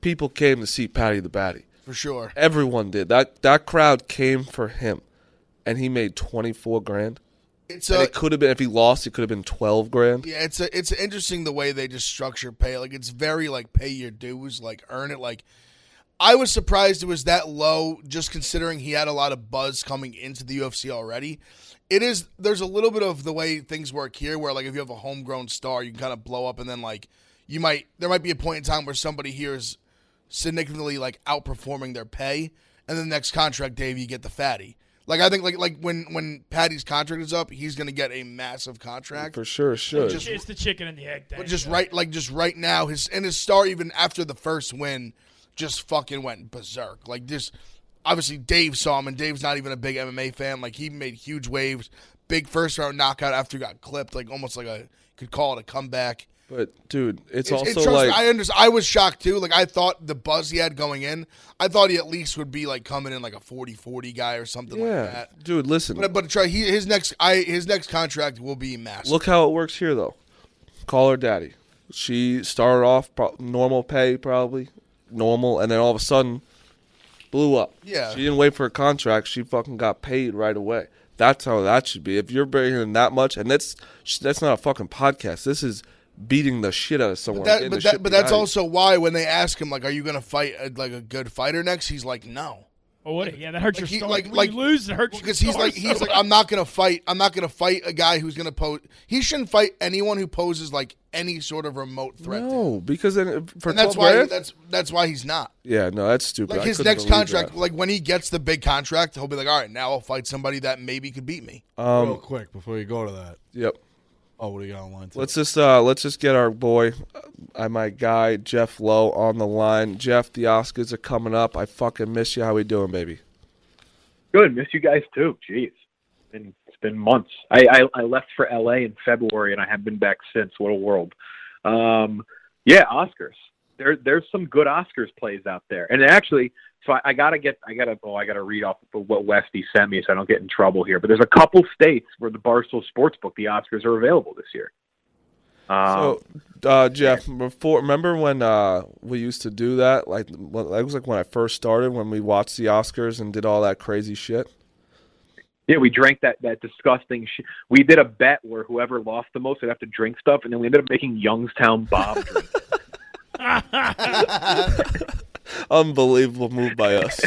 S3: People came to see Patty the Batty.
S4: For sure.
S3: Everyone did. That that crowd came for him, and he made twenty four grand.
S4: It's
S3: and
S4: a-
S3: it could have been if he lost, it could have been twelve grand.
S4: Yeah, it's a, it's interesting the way they just structure pay. Like it's very like pay your dues, like earn it. Like I was surprised it was that low, just considering he had a lot of buzz coming into the UFC already. It is there's a little bit of the way things work here, where like if you have a homegrown star, you can kind of blow up, and then like you might there might be a point in time where somebody here is significantly like outperforming their pay, and then the next contract, Dave, you get the fatty. Like I think like like when when Patty's contract is up, he's gonna get a massive contract
S3: For sure,
S4: should.
S3: should.
S4: Just-
S6: it's the chicken and the egg thing.
S4: but just right, like just right now, his and his star even after the first win, just fucking went berserk. Like this, obviously Dave saw him, and Dave's not even a big MMA fan. Like he made huge waves, big first round knockout after he got clipped, like almost like a could call it a comeback.
S3: But dude, it's,
S4: it-
S3: also
S4: trust me,
S3: like
S4: I understand. I was shocked too. Like I thought the buzz he had going in, I thought he at least would be like coming in like a 40-40 guy or something
S3: yeah,
S4: like that.
S3: dude. Listen,
S4: But but try he, his next I his next contract will be massive.
S3: Look how it works here, though. Call her daddy. She started off pro- normal pay, probably normal, and then all of a sudden blew up.
S4: Yeah.
S3: She didn't wait for a contract. She fucking got paid right away. That's how that should be. If you're bringing that much, and that's sh- that's not a fucking podcast. This is beating the shit out of someone.
S4: But that,
S3: getting
S4: but,
S3: the
S4: that,
S3: shit
S4: but that's
S3: behind you.
S4: also why when they ask him like, "Are you going to fight a, like a good fighter next?" He's like, "No."
S6: Oh, what? Yeah, that hurts your
S4: Like, he-
S6: star.
S4: like-
S6: When
S4: like-
S6: you lose, it hurts
S4: Because he's like, he's like, "I'm not going to fight. I'm not going to fight a guy who's going to pose. He shouldn't fight anyone who poses like any sort of remote threat."
S3: no, because then if- for
S4: and that's
S3: 12
S4: why
S3: grand-
S4: that's that's why he's not.
S3: yeah, no, that's stupid.
S4: Like
S3: I
S4: his
S3: couldn't
S4: next
S3: believe
S4: contract,
S3: that.
S4: like when he gets the big contract, he'll be like, "All right, now I'll fight somebody that maybe could beat me."
S3: Um,
S5: Real quick before you go to that.
S3: Yep.
S5: Oh, what do you got online? Too?
S3: Let's just uh, let's just get our boy, uh, my guy Jeff Lowe on the line. Jeff, the Oscars are coming up. I fucking miss you. How we doing, baby?
S18: Good, miss you guys too. Jeez, it's been, it's been months. I, I I left for LA in February and I have been back since. What a world. Um, yeah, Oscars. There there's some good Oscars plays out there, and actually, so I, I gotta get I gotta oh I gotta read off of what Westy sent me so I don't get in trouble here. But there's a couple states where the Barstool Sportsbook the Oscars are available this year. Um,
S3: so, uh, Jeff, before remember when uh, we used to do that? Like, well, that was like when I first started when we watched the Oscars and did all that crazy shit.
S18: Yeah, we drank that that disgusting. Sh- we did a bet where whoever lost the most would have to drink stuff, and then we ended up making Youngstown Bob drink.
S3: Unbelievable move by us.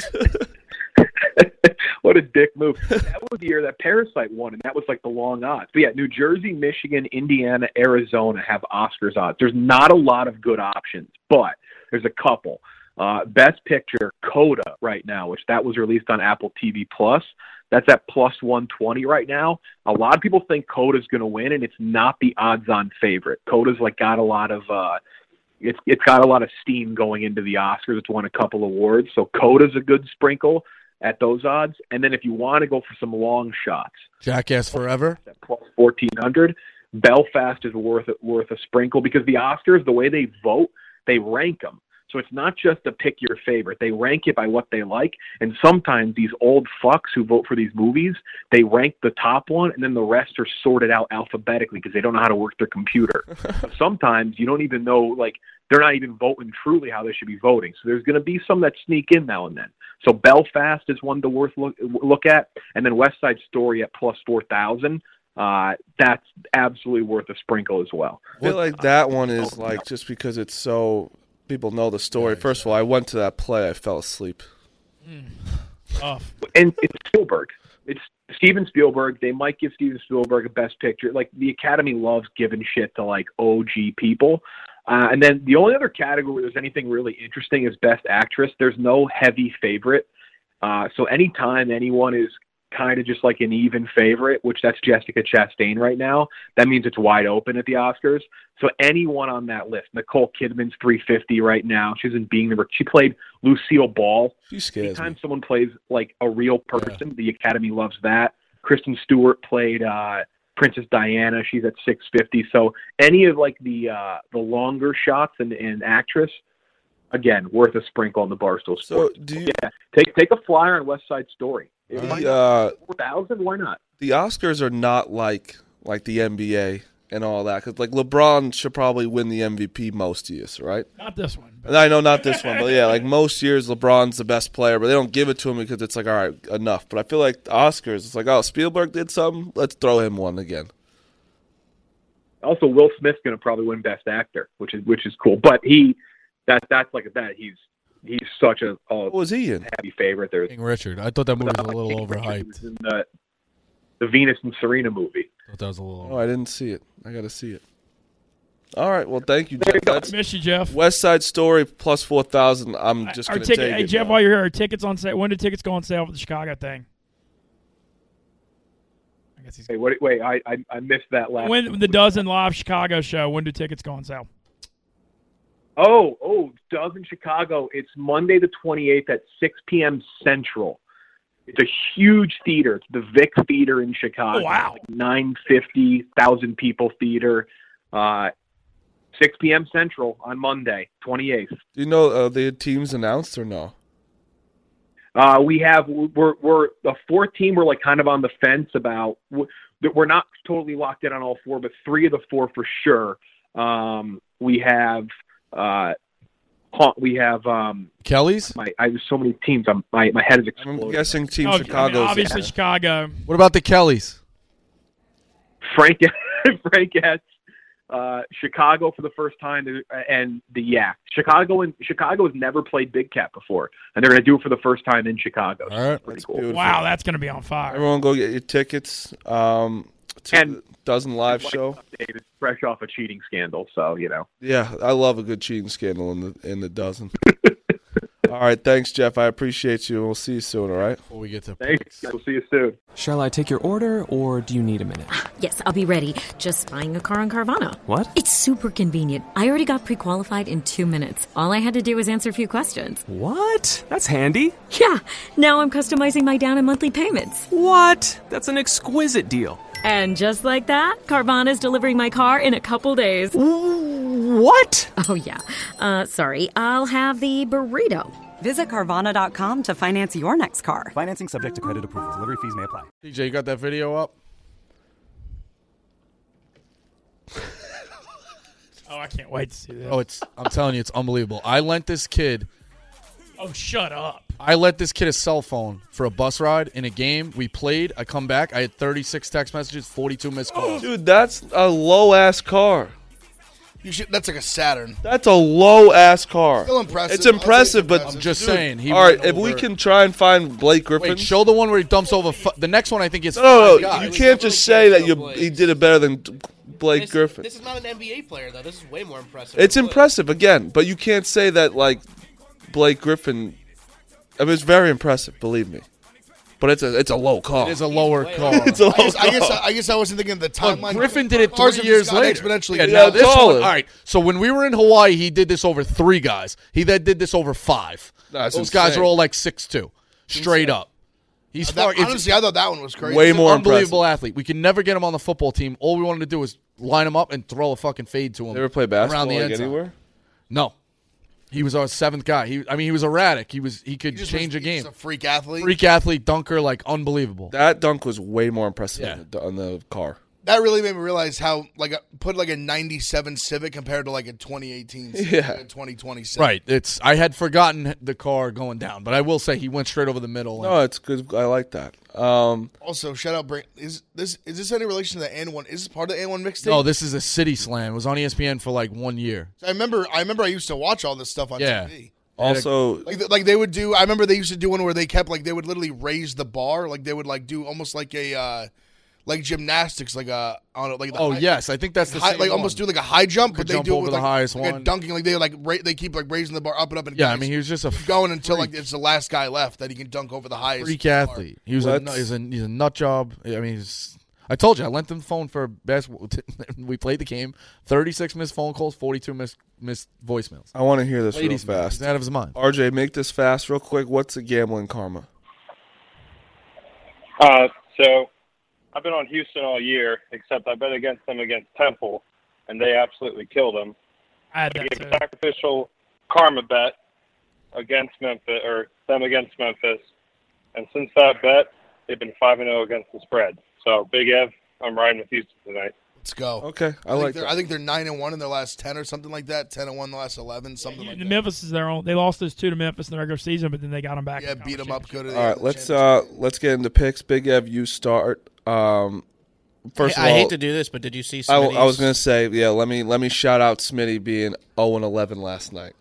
S18: what a dick move! That was the year that Parasite won, and that was like the long odds. But yeah, New Jersey, Michigan, Indiana, Arizona have Oscars odds. There's not a lot of good options, but there's a couple. Uh, Best Picture, Coda, right now, which that was released on Apple TV Plus. That's at plus 120 right now. A lot of people think Coda's going to win, and it's not the odds-on favorite. Coda's like got a lot of uh, it's it's got a lot of steam going into the Oscars. It's won a couple awards, so Coda's a good sprinkle at those odds. And then if you want to go for some long shots,
S5: Jackass Forever.
S18: plus fourteen hundred. Belfast is worth worth a sprinkle because the Oscars, the way they vote, they rank them. So it's not just a pick your favorite. They rank it by what they like, and sometimes these old fucks who vote for these movies, they rank the top one, and then the rest are sorted out alphabetically because they don't know how to work their computer. So sometimes you don't even know, like they're not even voting truly how they should be voting. So there's going to be some that sneak in now and then. So Belfast is one to worth look, look at, and then West Side Story at plus four thousand. Uh, that's absolutely worth a sprinkle as well.
S3: I feel like that one is like just because it's so people know the story. First of all, I went to that play, I fell asleep.
S18: and it's Spielberg. It's Steven Spielberg. They might give Steven Spielberg a Best Picture. Like the Academy loves giving shit to like OG people. Uh, and then the only other category where there's anything really interesting is Best Actress. There's no heavy favorite. Uh, so anytime anyone is kind of just like an even favorite, which that's Jessica Chastain right now, that means it's wide open at the Oscars. So anyone on that list, Nicole Kidman's 350 right now. She's in Being the Re- she played Lucille Ball.
S3: She scares
S18: Anytime someone plays like a real person, the Academy loves that. Kristen Stewart played uh, Princess Diana. She's at 650. So any of like the uh, the longer shots and, and actress, again, worth a sprinkle on the barstool.
S3: So
S18: Sports.
S3: do you,
S18: yeah, take take a flyer on West Side Story. It
S3: The,
S18: might-
S3: uh,
S18: 4,000? Why not?
S3: the Oscars are not like like the NBA and all that because like LeBron should probably win the MVP most years, right?
S6: Not this one.
S3: And I know not this one, but yeah, like most years, LeBron's the best player, but they don't give it to him because it's like, all right, enough. But I feel like the Oscars, it's like, oh, Spielberg did something, let's throw him one again.
S18: Also, Will Smith's going to probably win Best Actor, which is which is cool. But he that that's like that. He's he's such a, a what
S3: was he in?
S18: Happy favorite. There's
S5: King Richard. I thought that movie was a little overhyped.
S18: in the the Venus and Serena movie.
S5: I thought that was a little.
S3: Oh, I didn't see it. I got to see it. All right, well, thank you,
S6: you
S3: Jeff.
S6: go.
S3: That's
S6: Miss you, Jeff.
S3: West Side Story plus four thousand. I'm just
S6: Our
S3: going to
S6: ticket,
S3: take
S6: hey
S3: it.
S6: Jeff, while you're here, our tickets on sale. When do tickets go on sale for the Chicago thing?
S18: Hey, what, wait, I, I I missed that last.
S6: When the dozen live Chicago show? When do tickets go on sale?
S18: Oh, oh, Dove in Chicago. It's Monday the 28th at 6 p.m. Central. It's a huge theater. It's the Vic Theater in Chicago.
S6: Oh, wow.
S18: Like 950, 1,000 people theater. Uh, 6 p.m. Central on Monday, 28th.
S3: Do you know uh, the teams announced or no?
S18: Uh, we have we're we're the four team. We're like kind of on the fence about w- that. We're not totally locked in on all four, but three of the four for sure. Um, we have uh, Haunt- we have um,
S5: Kelly's.
S18: My I have so many teams. I'm, my my head is exploding.
S3: I'm guessing Team
S6: Oh, I mean,
S3: Chicago's in
S6: obviously
S3: there.
S6: Chicago.
S5: What about the Kellys?
S18: Frank Frank has uh, Chicago for the first time, and the yeah, Chicago and Chicago has never played Big Cat before, and they're going to do it for the first time in Chicago.
S3: All right, that's beautiful.
S6: Wow, that's going to be on fire.
S3: Everyone, go get your tickets. Um, to
S18: And-
S3: the dozen live show.
S18: David, fresh off a cheating scandal, so you know.
S3: Yeah, I love a good cheating scandal in the in the dozen. all right, thanks, Jeff. I appreciate you. We'll see you soon. All right.
S5: Before we get to
S18: Thanks. We'll see you soon.
S19: Shall I take your order or do you need a minute?
S9: Yes, I'll be ready. Just buying a car on Carvana.
S19: What?
S9: It's super convenient. I already got pre qualified in two minutes. All I had to do was answer a few questions.
S19: What? That's handy.
S9: Yeah, now I'm customizing my down and monthly payments.
S19: What? That's an exquisite deal.
S9: And just like that, Carvana's delivering my car in a couple days.
S19: What?
S9: Oh, yeah. Uh, sorry, I'll have the burrito.
S11: Visit Carvana.com to finance your next car.
S19: Financing subject to credit approval. Delivery fees may apply.
S5: DJ, you got that video up?
S6: Oh, I can't wait to see that.
S5: Oh, it's. I'm telling you, it's unbelievable. I lent this kid.
S6: Oh, shut up.
S5: I lent this kid a cell phone for a bus ride in a game. We played. I come back. I had 36 text messages, 42 missed calls.
S3: Dude, that's a low ass car.
S4: You should. That's like a Saturn.
S3: That's a low ass car.
S4: Still impressive.
S3: It's impressive, but
S5: I'm just
S3: Dude,
S5: saying. He
S3: all right,
S5: went
S3: if we
S5: over-
S3: can try and find Blake Griffin.
S5: Wait, show the one where he dumps over. Fu- the next one, I think it's.
S3: no, no,
S5: five
S3: no. You
S5: guys.
S3: can't just say that you he did it better than Blake
S20: This-
S3: Griffin.
S20: This is not an NBA player though. This is way more impressive.
S3: It's
S20: Look.
S3: impressive again, but you can't say that like Blake Griffin. I mean, it's very impressive, believe me. but it's a it's a low call.
S5: It is a lower call.
S3: it's a low
S4: I guess,
S3: call.
S4: I guess I guess I wasn't thinking of the
S20: uh,
S4: timeline.
S5: Griffin did it
S4: Cars
S5: three
S4: have
S5: years
S4: just gone
S5: later.
S4: Exponentially.
S5: Yeah,
S4: now
S5: now this
S4: taller.
S5: one. All right. So when we were in Hawaii, he did this over three guys. He then did this over five.
S4: That's
S5: Those guys
S4: insane. Uh,
S5: are all like six two, straight up. He's
S4: That-
S5: fucking-
S4: honestly, I thought that one was crazy.
S5: He's an unbelievable athlete. We can never get him on the football team. All we wanted to do was line him up and throw a fucking fade to him.
S3: They ever play
S5: around
S3: basketball
S5: the
S3: like,
S5: end zone.
S3: anywhere?
S5: No, he was our seventh guy. He, I mean, he was erratic. He was he could
S4: He just
S5: change
S4: was-
S5: a
S4: he was
S5: game.
S4: a freak athlete.
S5: Freak athlete, dunker, like unbelievable.
S3: That dunk was way more impressive than the, on the car.
S4: That really made me realize how like a, put like a '97 Civic compared to like a 2018 Civic,
S5: Yeah.
S4: yeah. a 2020 Civic.
S5: Right. It's I had forgotten the car going down, but I will say he went straight over the middle. and-
S3: No, it's good. I like that. Um,
S4: Also, shout out. Bring is this is this any relation to the N one? Is this part of the N one mixtape?
S5: no, this is a city slam. It was on E ESPN for like one year.
S4: I remember. I remember. I used to watch all this stuff on
S5: Yeah.
S4: TV.
S3: Also,
S4: Like, th- like they would do. I remember they used to do one where they kept like they would literally raise the bar, like they would like do almost like a uh like gymnastics, like a on a- like the
S5: Oh,
S4: high-
S5: yes, I think that's the
S4: high,
S5: same
S4: like almost do
S5: one.
S4: like a high jump, but they
S5: jump
S4: do it
S5: over
S4: with
S5: the
S4: like,
S5: highest
S4: like
S5: one.
S4: a dunking, like they like ra- they keep like raising the bar up and up and
S5: Yeah, I
S4: guys
S5: mean, he was just a
S4: keep going until like it's the last guy left that he can dunk over the highest
S5: freak
S4: bar.
S5: athlete. He was a,
S4: Let's-
S5: nut- he's a he's a nut job. I mean, he's, I told you I lent him the phone for basketball. we played the game. Thirty six missed phone calls, forty two missed missed voicemails.
S3: I want to hear this
S5: Ladies
S3: real
S5: man,
S3: fast.
S5: He's out of his mind.
S3: RJ, make this fast, real quick. What's the gambling karma?
S21: Uh, so I've been on Houston all year, except I bet against them against Temple, and they absolutely killed them.
S6: I had
S21: I
S6: that
S21: gave
S6: too.
S21: a sacrificial karma bet against Memphis or them against Memphis, and since that bet, they've been five and zero against the spread. So Big Ev, I'm riding with Houston tonight.
S4: Let's go.
S3: Okay,
S4: I, think they're, I think they're nine and one in their last ten or something like that. Ten and one in the last eleven, something like
S6: The Memphis is their own. They lost those two to Memphis in the regular season, but then they got them back. Yeah, beat them up.
S4: Go to
S3: All right, let's uh let's get into picks. Big Ev, you start. Um, first
S20: I
S3: of all,
S20: hate to do this, but did you see
S3: I, I was
S20: Smitty's-
S3: gonna say, yeah. Let me let me shout out Smitty being zero and eleven last night.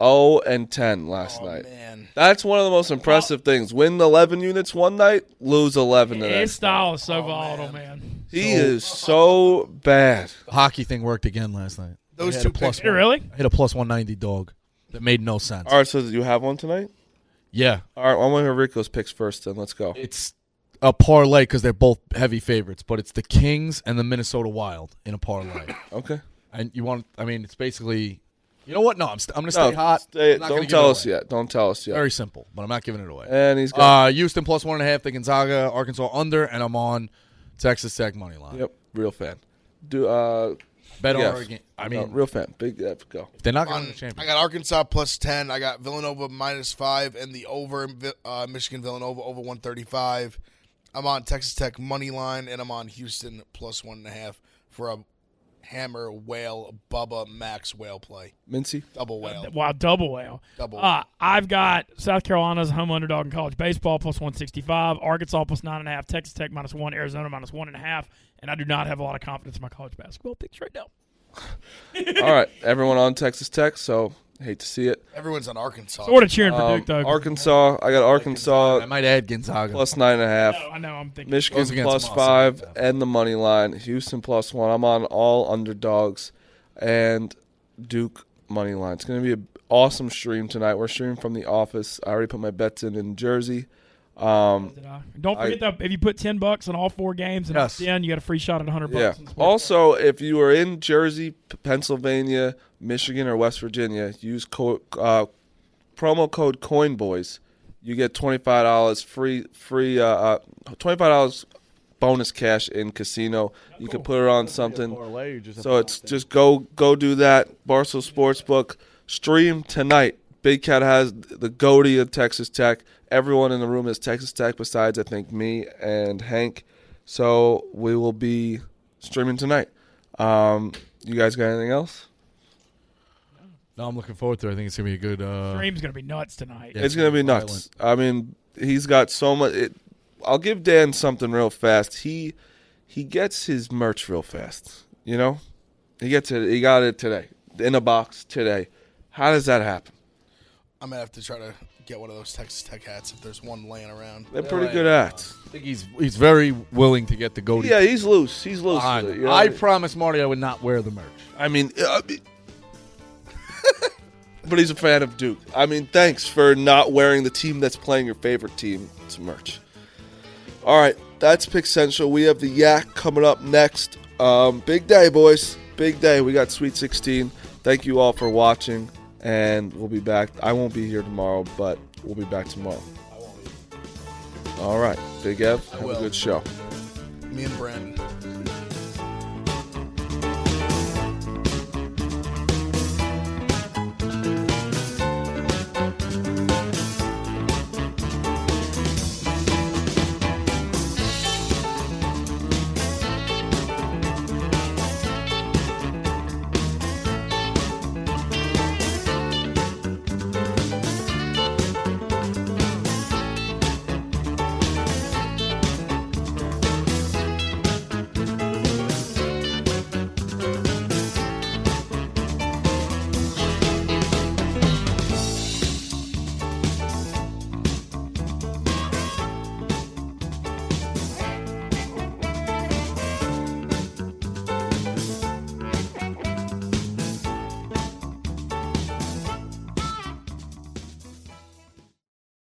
S3: Oh and ten last night. Man. That's one of the most impressive things. Win eleven units one night, lose eleven the
S6: His
S3: next.
S6: style is so volatile, man.
S3: He is so bad.
S5: Hockey thing worked again last night.
S6: Those
S5: I hit
S6: two
S5: a plus
S6: picks-
S5: one-
S6: Really?
S5: I hit a plus one ninety dog. That made no sense.
S3: All right, so do you have one tonight?
S5: Yeah.
S3: All right, I want to hear Rico's picks first. Then let's go.
S5: It's a parlay because they're both heavy favorites, but it's the Kings and the Minnesota Wild in a parlay.
S3: okay.
S5: And you want? I mean, it's basically. You know what? No, I'm, st- I'm going to stay hot. I'm not gonna
S3: don't
S5: give it
S3: tell us
S5: away.
S3: yet. Don't tell us yet.
S5: Very simple, but I'm not giving it away.
S3: And he's
S5: uh,
S3: got
S5: Houston plus one and a half. The Gonzaga, Arkansas under, and I'm on Texas Tech money line.
S3: Yep, real fan. do uh
S5: Bet
S3: yeah.
S5: Oregon. I
S3: No,
S5: mean,
S3: real fan. Big Ev, go.
S5: they're not
S4: On-
S5: going to champion.
S4: I got Arkansas plus ten. I got Villanova minus five, and the over in Vi- uh, Michigan Villanova over one thirty five. I'm on Texas Tech money line, and I'm on Houston plus one and a half for a hammer whale Bubba Max whale play.
S3: Mincy
S4: double whale.
S6: Uh, Wow, double whale.
S4: Double whale.
S6: Uh, I've got South Carolina's home underdog in college baseball plus 165, Arkansas plus 9.5, Texas Tech minus 1, Arizona minus 1.5, and I do not have a lot of confidence in my college basketball picks right now.
S3: All right, everyone on Texas Tech. So hate to see it.
S4: Everyone's on Arkansas.
S6: Sorta cheering for Duke, though.
S3: Um, Arkansas. I got Arkansas. I
S5: might add Gonzaga
S3: plus nine and a half.
S6: I know, I'm thinking-
S3: Michigan
S6: Goes against
S3: plus
S6: Moss,
S3: five and the money line. Houston plus one. I'm on all underdogs and Duke money line. It's going to be an awesome stream tonight. We're streaming from the office. I already put my bets in in Jersey. Um,
S6: Don't
S3: I-
S6: forget, though, if you put 10 bucks on all four games and
S3: Yes.
S6: opt in, you got a free shot at 100 bucks.
S3: Yeah. Also, if you are in Jersey, P- Pennsylvania, Michigan, or West Virginia, use co- uh, promo code Coinboys. You get twenty five dollars free free uh, uh, twenty five dollars bonus cash in casino. You can put it on something.
S5: parlay, you just have
S3: So it's just go go do that. Barstool Sportsbook stream tonight. Big Cat has the goatee of Texas Tech. Everyone in the room is Texas Tech besides I think me and Hank. So we will be streaming tonight. Um, you guys got anything else?
S5: No, I'm looking forward to it. I think it's going to be a good. Uh,
S6: Stream's going to be nuts tonight.
S3: it's gonna be nuts. I mean, he's got so much. It, I'll give Dan something real fast. He he gets his merch real fast. You know, he gets it. He got it today in a box today. How does that happen?
S4: I'm gonna have to try to get one of those Texas Tech hats if there's one laying around.
S3: They're pretty good hats.
S5: I think he's he's very willing to get the goatee.
S3: Yeah, he's loose. He's loose.
S5: I,
S3: with it, you know
S5: I
S3: what I mean?
S5: promised Marty I would not wear the merch.
S3: I mean, Everybody's uh, a fan of Duke. I mean, thanks for not wearing the team that's playing your favorite team to merch. All right, that's Pick Central. We have the Yak coming up next. Um, big day, boys. Big day. We got Sweet 16. Thank you all for watching, and we'll be back. I won't be here tomorrow, but we'll be back tomorrow. All right, Big Ev, have a
S4: will.
S3: good show.
S4: Me and Brandon.